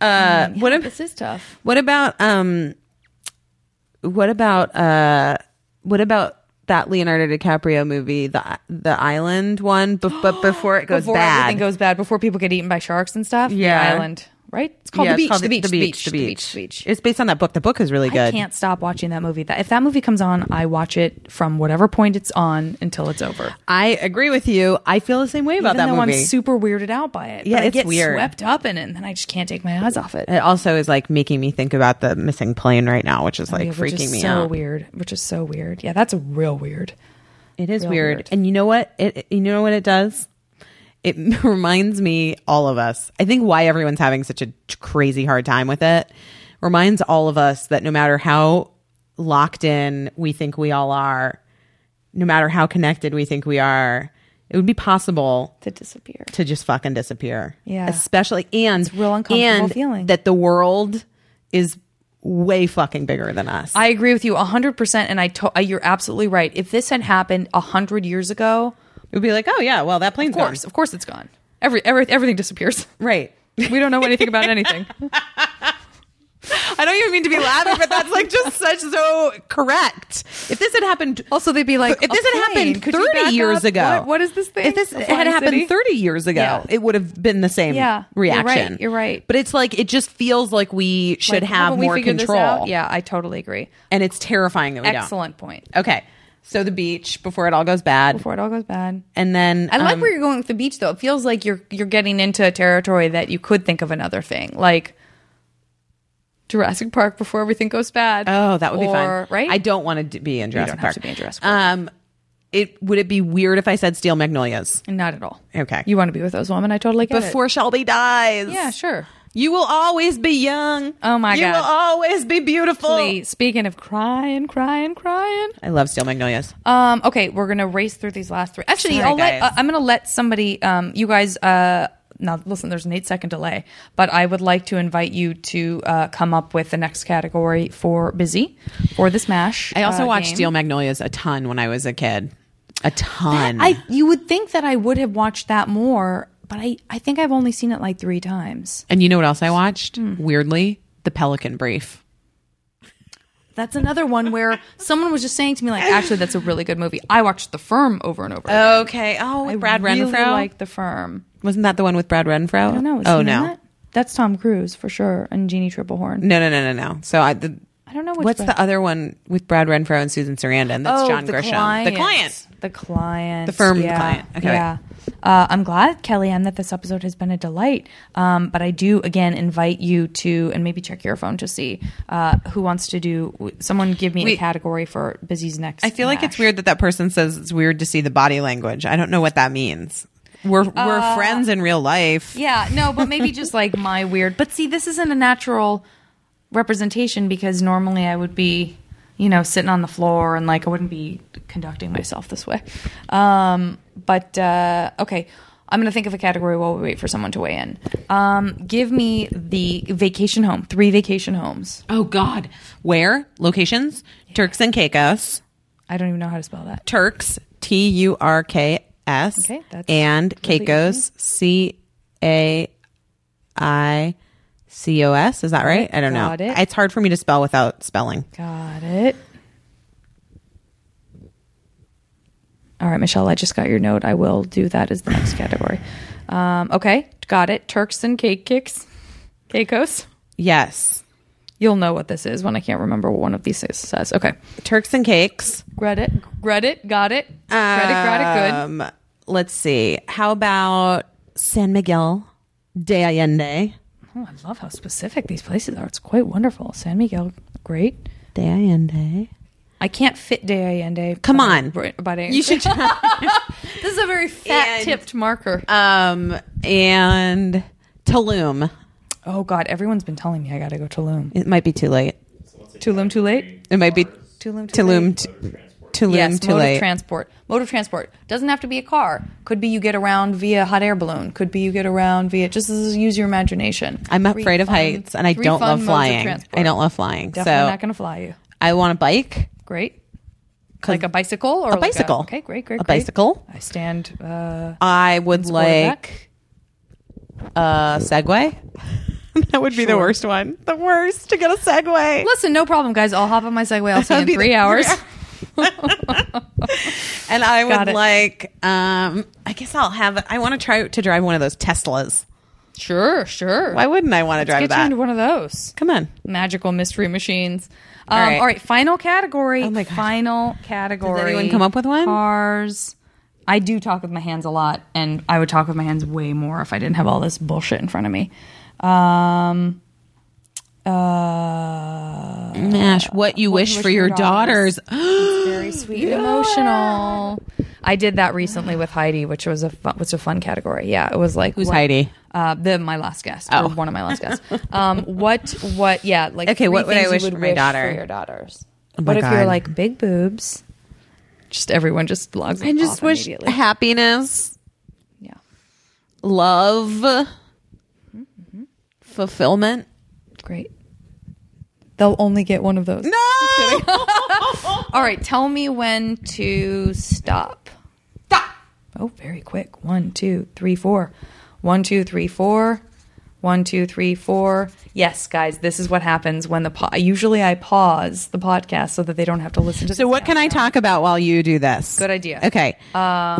Uh, what if? this is tough. What about um what about uh what about that Leonardo DiCaprio movie, the the island one, b- but *gasps* before it goes before bad. everything goes bad, before people get eaten by sharks and stuff. Yeah. the island, right? It's called Yeah, Oh, it's the, beach, called the beach. the beach, the beach, The beach. It's based on that book. The book is really good. I can't stop watching that movie. That if that movie comes on, I watch it from whatever point it's on until it's over. I agree with you. I feel the same way about Even that though movie. I'm super weirded out by it. Yeah, but I it's get weird. swept up in it, and then I just can't take my eyes off it. it also is like making me think about the missing plane right now, which is like Oh, Yeah, which freaking is me so out. weird. Which is so weird. Yeah, that's real weird. It is Real weird. weird. And you know what? It it- you know what it does? It *laughs* reminds me all of us. I think why everyone's having such a t- crazy hard time with it reminds all of us that no matter how locked in we think we all are, no matter how connected we think we are, it would be possible To disappear. to just fucking disappear. Yeah. Especially and it's real uncomfortable and feeling. that the world is way fucking bigger than us. I agree with you 100%. And I to- uh, you're absolutely right. If this had happened 100 years ago, it would be like, oh yeah, well that plane's of course, of course it's gone. Every, every, everything disappears. *laughs* gone. Right. We don't know anything about anything. I don't even mean to be laughing, but that's like *laughs* just such so correct. If this had happened, *laughs* Also, they'd be like, if "A this had plane, happened could you thirty back years up? ago, What- what is this thing? If this A had flying happened city? thirty years ago, Yeah. it would have been the same Yeah. You're right. reaction. You're right. but it's like it just feels like we should Like, have haven't we more figured this control. out? Yeah, I totally agree. and it's terrifying that we Excellent point. don't. Okay, so the beach before it all goes bad, Before it all goes bad. and then I like um, where you're going with the beach though. It feels like you're you're getting into a territory that you could think of another thing. Like Jurassic Park before everything goes bad. Oh, that would be Or- fun, Right? I don't want to be in Jurassic have Park. to be in Jurassic Park. Um, it would it be weird if I said Steel Magnolias not at all. Okay. You want to be with those women. I totally get before Shelby dies? it. Yeah, sure. You will always be young. Oh, my You God. will always be beautiful. Please. Speaking of crying, crying, crying. I love Steel Magnolias. Um, okay, we're gonna race through these last three. Actually, Sorry, I'll let, guys. uh, I'm gonna let somebody. Um, you guys, uh, now listen, there's an eight second delay, but I would like to invite you to uh, come up with the next category for busy for this mash. I also uh, watched game. Steel Magnolias a ton when I was a kid. A ton. I you would think that I would have watched that more, but I I think I've only seen it like three times. and you know what else I watched? Hmm. Weirdly, The Pelican Brief. That's another one where *laughs* someone was just saying to me like, actually, that's a really good movie. I watched The Firm over and over. again. Okay. Oh, with Brad really Renfro. like The Firm. Wasn't that the one with Brad Renfro? I don't know. Is oh he in no. that? That's Tom Cruise for sure, and Jeannie Triplehorn. No, no, no, no, no. So I. The, I don't know which What's one. Oh, the other one with Brad Renfro and Susan Sarandon? That's John Grisham. Oh, The client. The client. The firm yeah. client. Okay, wait. yeah. Uh, I'm glad, Kellyanne, that this episode has been a delight. Um, but I do, again, invite you to, and maybe check your phone to see uh, who wants to do. Someone give me a Wait. category for Busy's next. I feel like it's mash. weird that that person says it's weird to see the body language. I don't know what that means. We're we're friends in real life. Uh, Yeah, no, but maybe just like my weird. But see, this isn't a natural representation because normally I would be, you know, sitting on the floor and like I wouldn't be conducting myself this way. Um, but uh, okay, I'm gonna think of a category while we wait for someone to weigh in. Um, give me the vacation home, three vacation homes. Oh God. Where locations? Turks and Caicos. I don't even know how to spell that. Turks. T U R K S. Okay, that's And really Caicos. C A I C O S. Is that right? I don't got know. it. It's hard for me to spell without spelling. Got it. All right, Michelle, I just got your note. I will do that as the next category. Um, okay, got it. Turks and cake kicks. Caicos. Yes. You'll know what this is when I can't remember what one of these is- says. Okay. Turks and Cakes. Credit. Credit. Got it. Credit. Credit. Good. Um, let's see. How about San Miguel de Allende? Oh, I love how specific these places are. It's quite wonderful. San Miguel, great. De Allende. I can't fit De Allende. Come on. About You should try. *laughs* This is a very fat tipped marker. um, and Tulum. oh, God. Everyone's been telling me I got to go to Tulum. It might be too late. Tulum, too late? It might be Tulum, too Tulum. t- Tulum Yes, too mode late. of transport. Mode of transport doesn't have to be a car. Could be you get around via hot air balloon. Could be you get around via just this is- use your imagination. I'm afraid of Three fun- heights, and I three don't fun love modes of flying. transport. I don't love flying. Definitely so not going to fly you. I want a bike. Great. Like a bicycle or A like bicycle. okay, great, great, A great. bicycle. I stand. Uh, I would support of that. like a Segway. *laughs* that would be the worst one. The worst to get a Segway. Listen, no problem, guys. I'll hop on my *laughs* Segway. I'll see you That'd in be three the- hours. And I Got it. would like. Um, I guess I'll have. I want to try to drive one of those Teslas. sure, sure. Why wouldn't I want to drive Get you that? into one of those Come on. magical mystery machines. Um, all, All right. right. final category. Oh my God. Final category. anyone come up with one? Cars. I do talk with my hands a lot, and I would talk with my hands way more if I didn't have all this bullshit in front of me. Um, uh, Nash, what you wish for your daughters. very sweet, emotional. I did that recently with Heidi, which was a fun, was a fun category. Yeah, it was like Who's what- Heidi? Uh, the my last guest, Oh. or one of my last guests. Um, what what? Yeah, like Okay, three what would I things you wish for my daughter? your daughters? Oh my what if you're God. like big boobs? Just everyone just logs. I just off wish immediately. happiness, yeah. love, fulfillment. Great. They'll only get one of those. No. *laughs* All right, tell me when to stop. Stop. Oh, very quick. One, two, three, four. One, two, three, four. One, two, three, four. Yes, guys, this is what happens when the po- usually I pause the podcast so that they don't have to listen to. So what can I talk about while you do this? Good idea. Okay.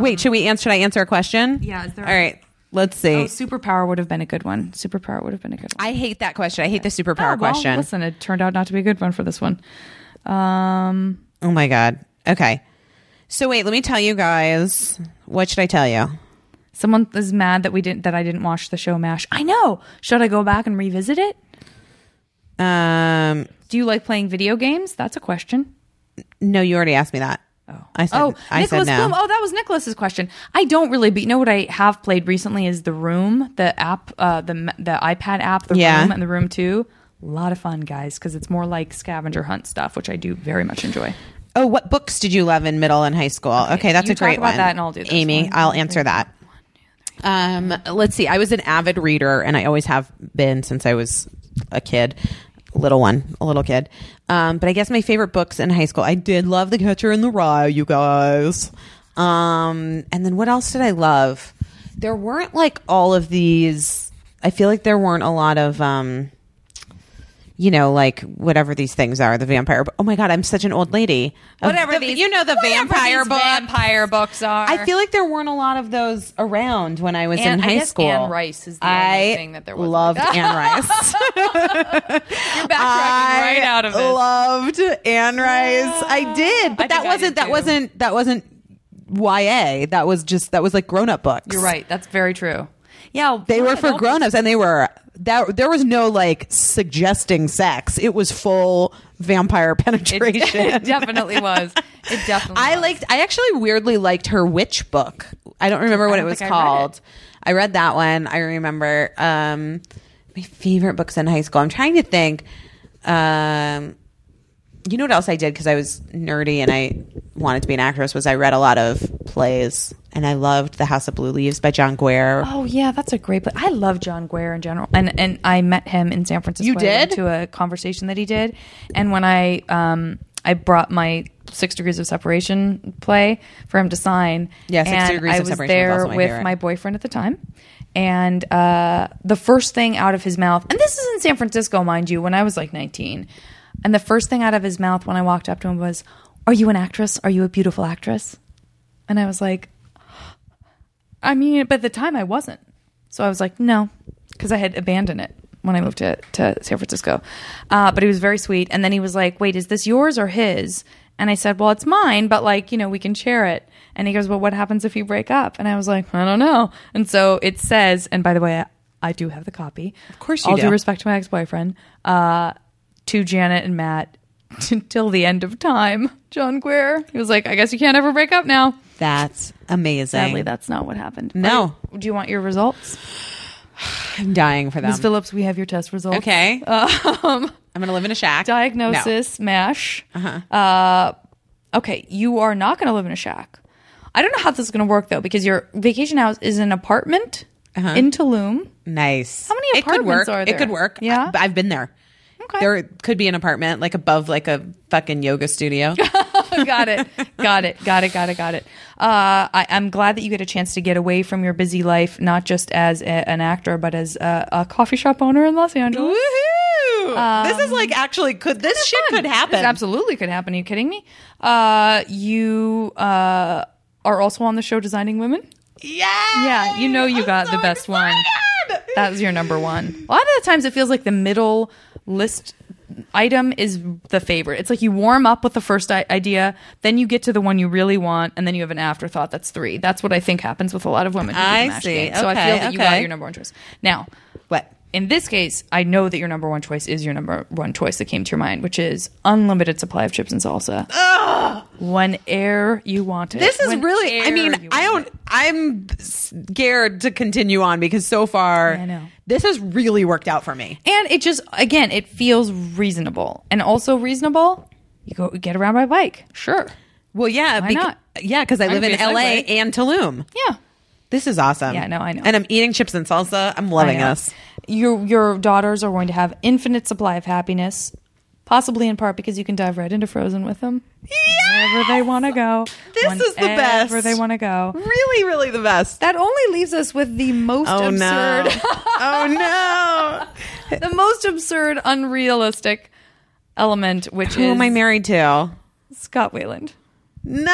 Wait, should we answer? Should I answer a question? Yeah, is there- All right. Let's see. Oh, superpower would have been a good one. Superpower would have been a good one. I hate that question. I hate the superpower Oh, well, question. Listen, it turned out not to be a good one for this one. Um, Oh my god. Okay. So wait, let me tell you guys. What should I tell you? someone is mad that we didn't that I didn't watch the show Mash. I know. Should I go back and revisit it? Um. Do you like playing video games? That's a question. No, you already asked me that. Oh. I said. Oh, I Nicholas said no. Bloom. Oh, that was Nicholas's question. I don't really be, know what I have played recently is the Room, the app, uh, the m- the iPad app, the Yeah. Room, and the Room Two. A lot of fun, guys, because it's more like scavenger hunt stuff, which I do very much enjoy. Oh, what books did you love in middle and high school? Okay, that's you a great talk about one. that and I'll do this Amy, one. I'll answer that. Um, let's see. I was an avid reader, and I always have been since I was a kid, a little one, a little kid. Um, but I guess my favorite books in high school, I did love The Catcher in the Rye, you guys. Um, and then what else did I love? There weren't like all of these. I feel like there weren't a lot of. Um, you know, like whatever these things are, the vampire. Oh my god, I'm such an old lady. Of Whatever the- these, you know, the whatever vampire these book. vampire books are. I feel like there weren't a lot of those around when I was in Anne- I high guess school. Anne Rice is the only I thing that there was *laughs* Loved Anne Rice. you're backtracking right out of this. Loved Anne Rice. I did, but that I think I wasn't did that too. wasn't that wasn't YA. That was just that was like grown up books. You're right. That's very true. Yeah, They were what for adult- grown ups, and they were that there was no like suggesting sex. It was full vampire It, penetration. it definitely was. *laughs* It definitely. I was. liked. I actually weirdly liked her witch book. I don't remember what don't it was think I read called. I read, that one. I remember um, my favorite books in high school. I'm trying to think. Um, you know what else I did because I was nerdy and I wanted to be an actress was I read a lot of plays and I loved The House of Blue Leaves by John Guare. Oh yeah, that's a great. But I love John Guare in general, and and I met him in San Francisco. You I went did? to a conversation that he did, and when I um I brought my Six Degrees of Separation play for him to sign. Yeah, Six and Degrees I of was Separation was there also my with favorite. my boyfriend at the time, and uh, the first thing out of his mouth, and this is in San Francisco, mind you, when I was like nineteen, and the first thing out of his mouth when I walked up to him was, "Are you an actress? Are you a beautiful actress?" And I was like, *gasps* I mean, but at the time I wasn't. So I was like, no, because I had abandoned it when I moved to, to San Francisco. Uh, but he was very sweet. And then he was like, wait, is this yours or his? And I said, well, it's mine, but like, you know, we can share it. And he goes, well, what happens if you break up? And I was like, I don't know. And so it says, and by the way, I, I do have the copy. Of course you All do. due respect to my ex boyfriend, uh, to Janet and Matt *laughs* till the end of time. John Guare. He was like, I guess you can't ever break up now. That's amazing. Sadly, that's not what happened. No. Are you- do you want your results? I'm dying for them. Ms. Phillips, we have your test results. *laughs* okay, I'm gonna live in a shack. No. Um, Diagnosis, MASH. Uh-huh. okay, you are not going to live in a shack. I don't know how this is going to work, though, because your vacation house is an apartment Uh-huh. in Tulum. Nice. How many it could work. apartments are there? It could work. Yeah? I, have been there. Okay. There could be an apartment like above like a fucking yoga *laughs* studio. *laughs* got it. Got it. Got it. Got it. Got it. Uh, I, I'm glad that you get a chance to get away from your busy life, not just as a, an actor, but as a, a coffee shop owner in Los Angeles. Woohoo! this is like Um, actually could this shit could happen. This absolutely could happen. Are you kidding me? Uh, you uh, are also on the show Designing Women. Yeah. Yeah, you know you got the best one. That was your number one. A lot of the times it feels like the middle list item is the favorite. It's like you warm up with the first I- idea, then you get to the one you really want, and then you have an afterthought. That's three. That's what I think happens with a lot of women. who do the I MASH see. game. So I Okay, feel that you got okay. your number one choice. Now, What? in this case, I know that your number one choice is your number one choice that came to your mind, which is unlimited supply of chips and salsa. Whenever you want it. This is really I Whenever mean, you I want don't I'm scared to continue on because so far I know. this has really worked out for me. it. And it just, again, it feels reasonable. And also reasonable, you go get around by bike. Sure. Well, yeah, Why becau- not? yeah, cuz I live gonna in be a LA Segway. and Tulum. Yeah. This is awesome. Yeah, no, I know. And I'm eating chips and salsa. I'm loving I know. this. Your, your daughters are going to have infinite supply of happiness, possibly in part because you can dive right into Frozen with them. Wherever they want to go. This is the Whenever best. they want to go. Really, really the best. That only leaves us with the most oh absurd, *laughs* no. oh no. *laughs* *laughs* the most absurd, unrealistic element, which Who is am I married to? Scott Wayland. *laughs* No.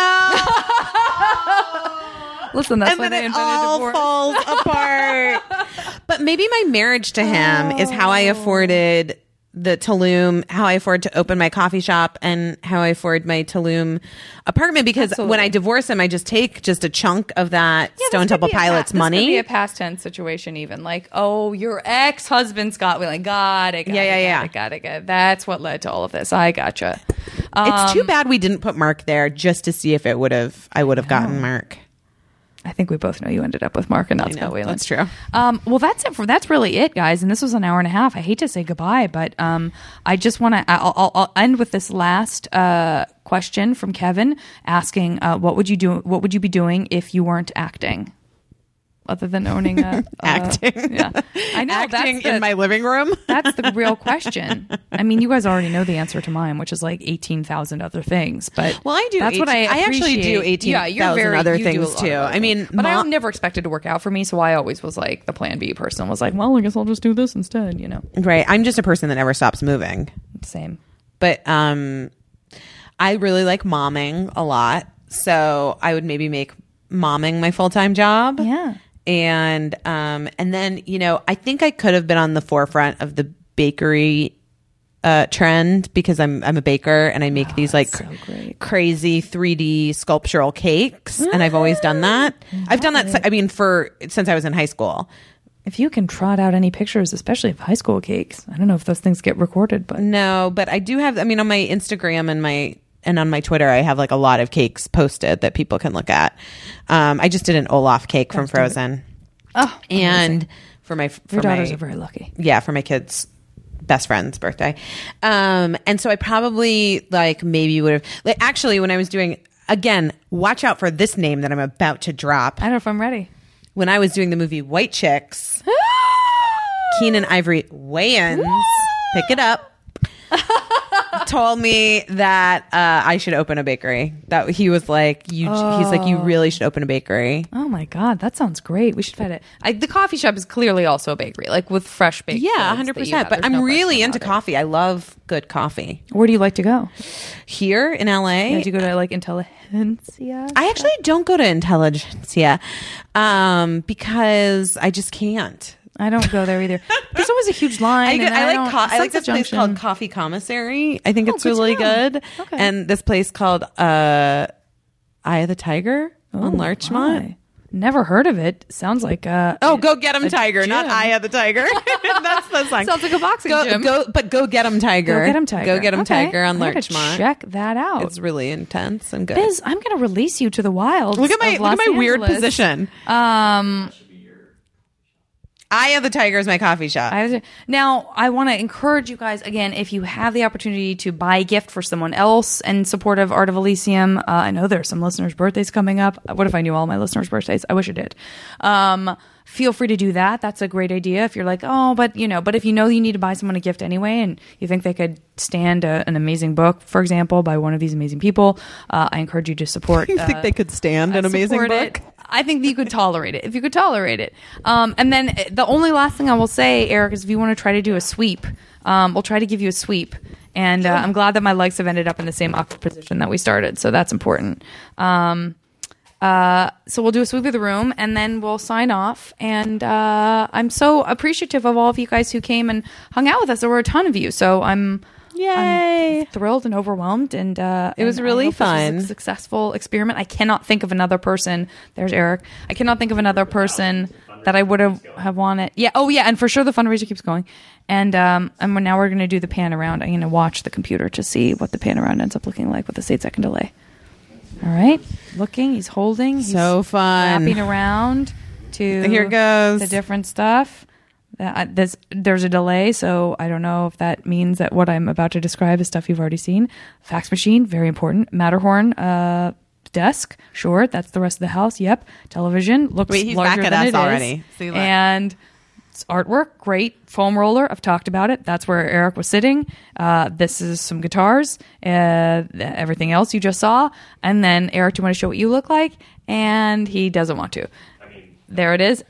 Listen, that's and why then they it invented all divorce. *laughs* falls apart. Oh. But maybe my marriage to him is how I afforded the Tulum, how I afford to open my coffee shop, and how I afford my Tulum apartment. Because when I divorce him, I just take just a chunk of that Yeah, this Stone could Temple be a pa- Pilots this money. could be a past tense situation, even like, oh, your ex husband Scott Whelan. Got it. Got Yeah, it, yeah, yeah. Got it, got it. Got it. That's what led to all of this. I gotcha. it's too bad we didn't put Mark there just to see if it would have. I would have gotten Mark. I think we both know you ended up with Mark and not know, Scott Whelan. that's true. Um, well, that's it for that's really it, guys. And this was an hour and a half. I hate to say goodbye, but um, I just want to. I'll, I'll, I'll end with this last uh, question from Kevin asking, uh, "What would you do? What would you be doing if you weren't acting?" other than owning *laughs* a, a- Acting. yeah, I know acting that's the, in my living room. *laughs* that's the real question. I mean, you guys already know the answer to mine, which is like eighteen thousand other things. But Well, I do That's what I. 18 I actually do appreciate. 18,000 you're very- other you do a things, lot of too. other I mean, things. but I mo- never expected it to work out for me, so I always was like the Plan B person. Was like, well, I guess I'll just do this instead. You know, right. I'm just a person that never stops moving. same. But um I really like momming a lot. So I would maybe make momming my full-time job. Yeah. And um and then, you know, I think I could have been on the forefront of the bakery uh trend because I'm I'm a baker and I make these like crazy 3D sculptural cakes and I've always done that. I've done that si- I mean for since I was in high school. If you can trot out any pictures, especially of high school cakes, I don't know if those things get recorded, Mm, but No, but I do have. I mean, on my Instagram and my and on my Twitter, I have like a lot of cakes posted that people can look at. Um, I just did an Olaf cake from Frozen. oh, and for my for your daughters my, are very lucky. yeah for my kids best friend's birthday um and so i probably like maybe would have like actually when i was doing again watch out for this name that i'm about to drop I don't know if I'm ready. when i was doing the movie white *gasps* chicks keenan ivory wayans pick it *laughs* up told me that uh, i should open a bakery that he was like you he's like you really should open a bakery Oh my god, that sounds great. We should find it. I, the coffee shop is clearly also a bakery, like with fresh baked. yeah goods that you 100% have. but There's i'm no really question into about it. coffee i love good coffee Where do you like to go? here in LA. Did you go to like Intelligentsia? I actually don't go to Intelligentsia um, because I just can't. I don't go there either. There's always a huge line. I, and go- I don't- like co- it's I like the this place called junction. Oh, Coffee Commissary. I think it's good to really know. good. Okay. And this place called uh, Eye of the Tiger on Larchmont. Why? Never heard of it. Sounds like uh Oh, go get him, Tiger! Not gym. Eye of the *laughs* Tiger. *laughs* That's the song. Sounds like a boxing go, gym. Go, but go get him, Tiger. Go get him, Tiger. Go get him, Okay. Tiger on I gotta Larchmont. Check that out. It's really intense and good. Biz, I'm going to release you to the wild. Look at my look at my weird position. Um, Eye of the Tiger is my coffee shop. I, now I want to encourage you guys again. If you have the opportunity to buy a gift for someone else in support of Art of Elysium, uh, I know there are some listeners' birthdays coming up. What if I knew all my listeners' birthdays? I wish I did. Um, feel free to do that. That's a great idea. If you're like, oh, but you know, but if you know you need to buy someone a gift anyway, and you think they could stand a, an amazing book, for example, by one of these amazing people, uh, I encourage you to support. You think uh, they could stand an I amazing support book? it. I think that you could tolerate it if you could tolerate it. Um, and then uh, the only last thing I will say, Eric, is if you want to try to do a sweep, um, we'll try to give you a sweep. And uh, I'm glad that my legs have ended up in the same awkward position that we started, so that's important. Um, uh, so we'll do a sweep of the room, and then we'll sign off. And uh, I'm so appreciative of all of you guys who came and hung out with us. There were a ton of you, so I'm Yay. I'm thrilled and overwhelmed, and uh, it was really fun. successful experiment. I cannot think of another person. There's Eric. I cannot think of another person that I would have have wanted. Yeah. Oh yeah. And for sure the fundraiser keeps going. And um and we're- now we're gonna do the pan around. I'm gonna watch the computer to see what the pan around ends up looking like with a eight second delay. All right. Looking. He's holding. He's So fun. Wrapping around to Here it goes. the different stuff. Uh, there's, there's a delay, so I don't know if that means that what I'm about to describe is stuff you've already seen. Fax machine, very important. Matterhorn, uh, desk, sure. That's the rest of the house. Yep. Television looks Wait, he's larger back at than us it is. already. See that? And it's artwork, great. Foam roller, I've talked about it. That's where Eric was sitting. Uh, this is some guitars, uh, th- everything else you just saw. And then, Eric, do you want to show what you look like? And he doesn't want to. There it is.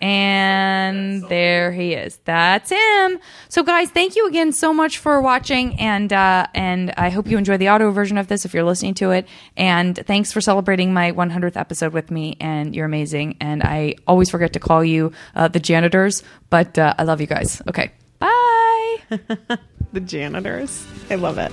And there he is. That's him. So guys, thank you again so much for watching and uh and I hope you enjoy the audio version of this if you're listening to it. And thanks for celebrating my 100th episode with me and you're amazing and I always forget to call you uh, the janitors, but uh, I love you guys. Okay. Bye. the janitors. I love it.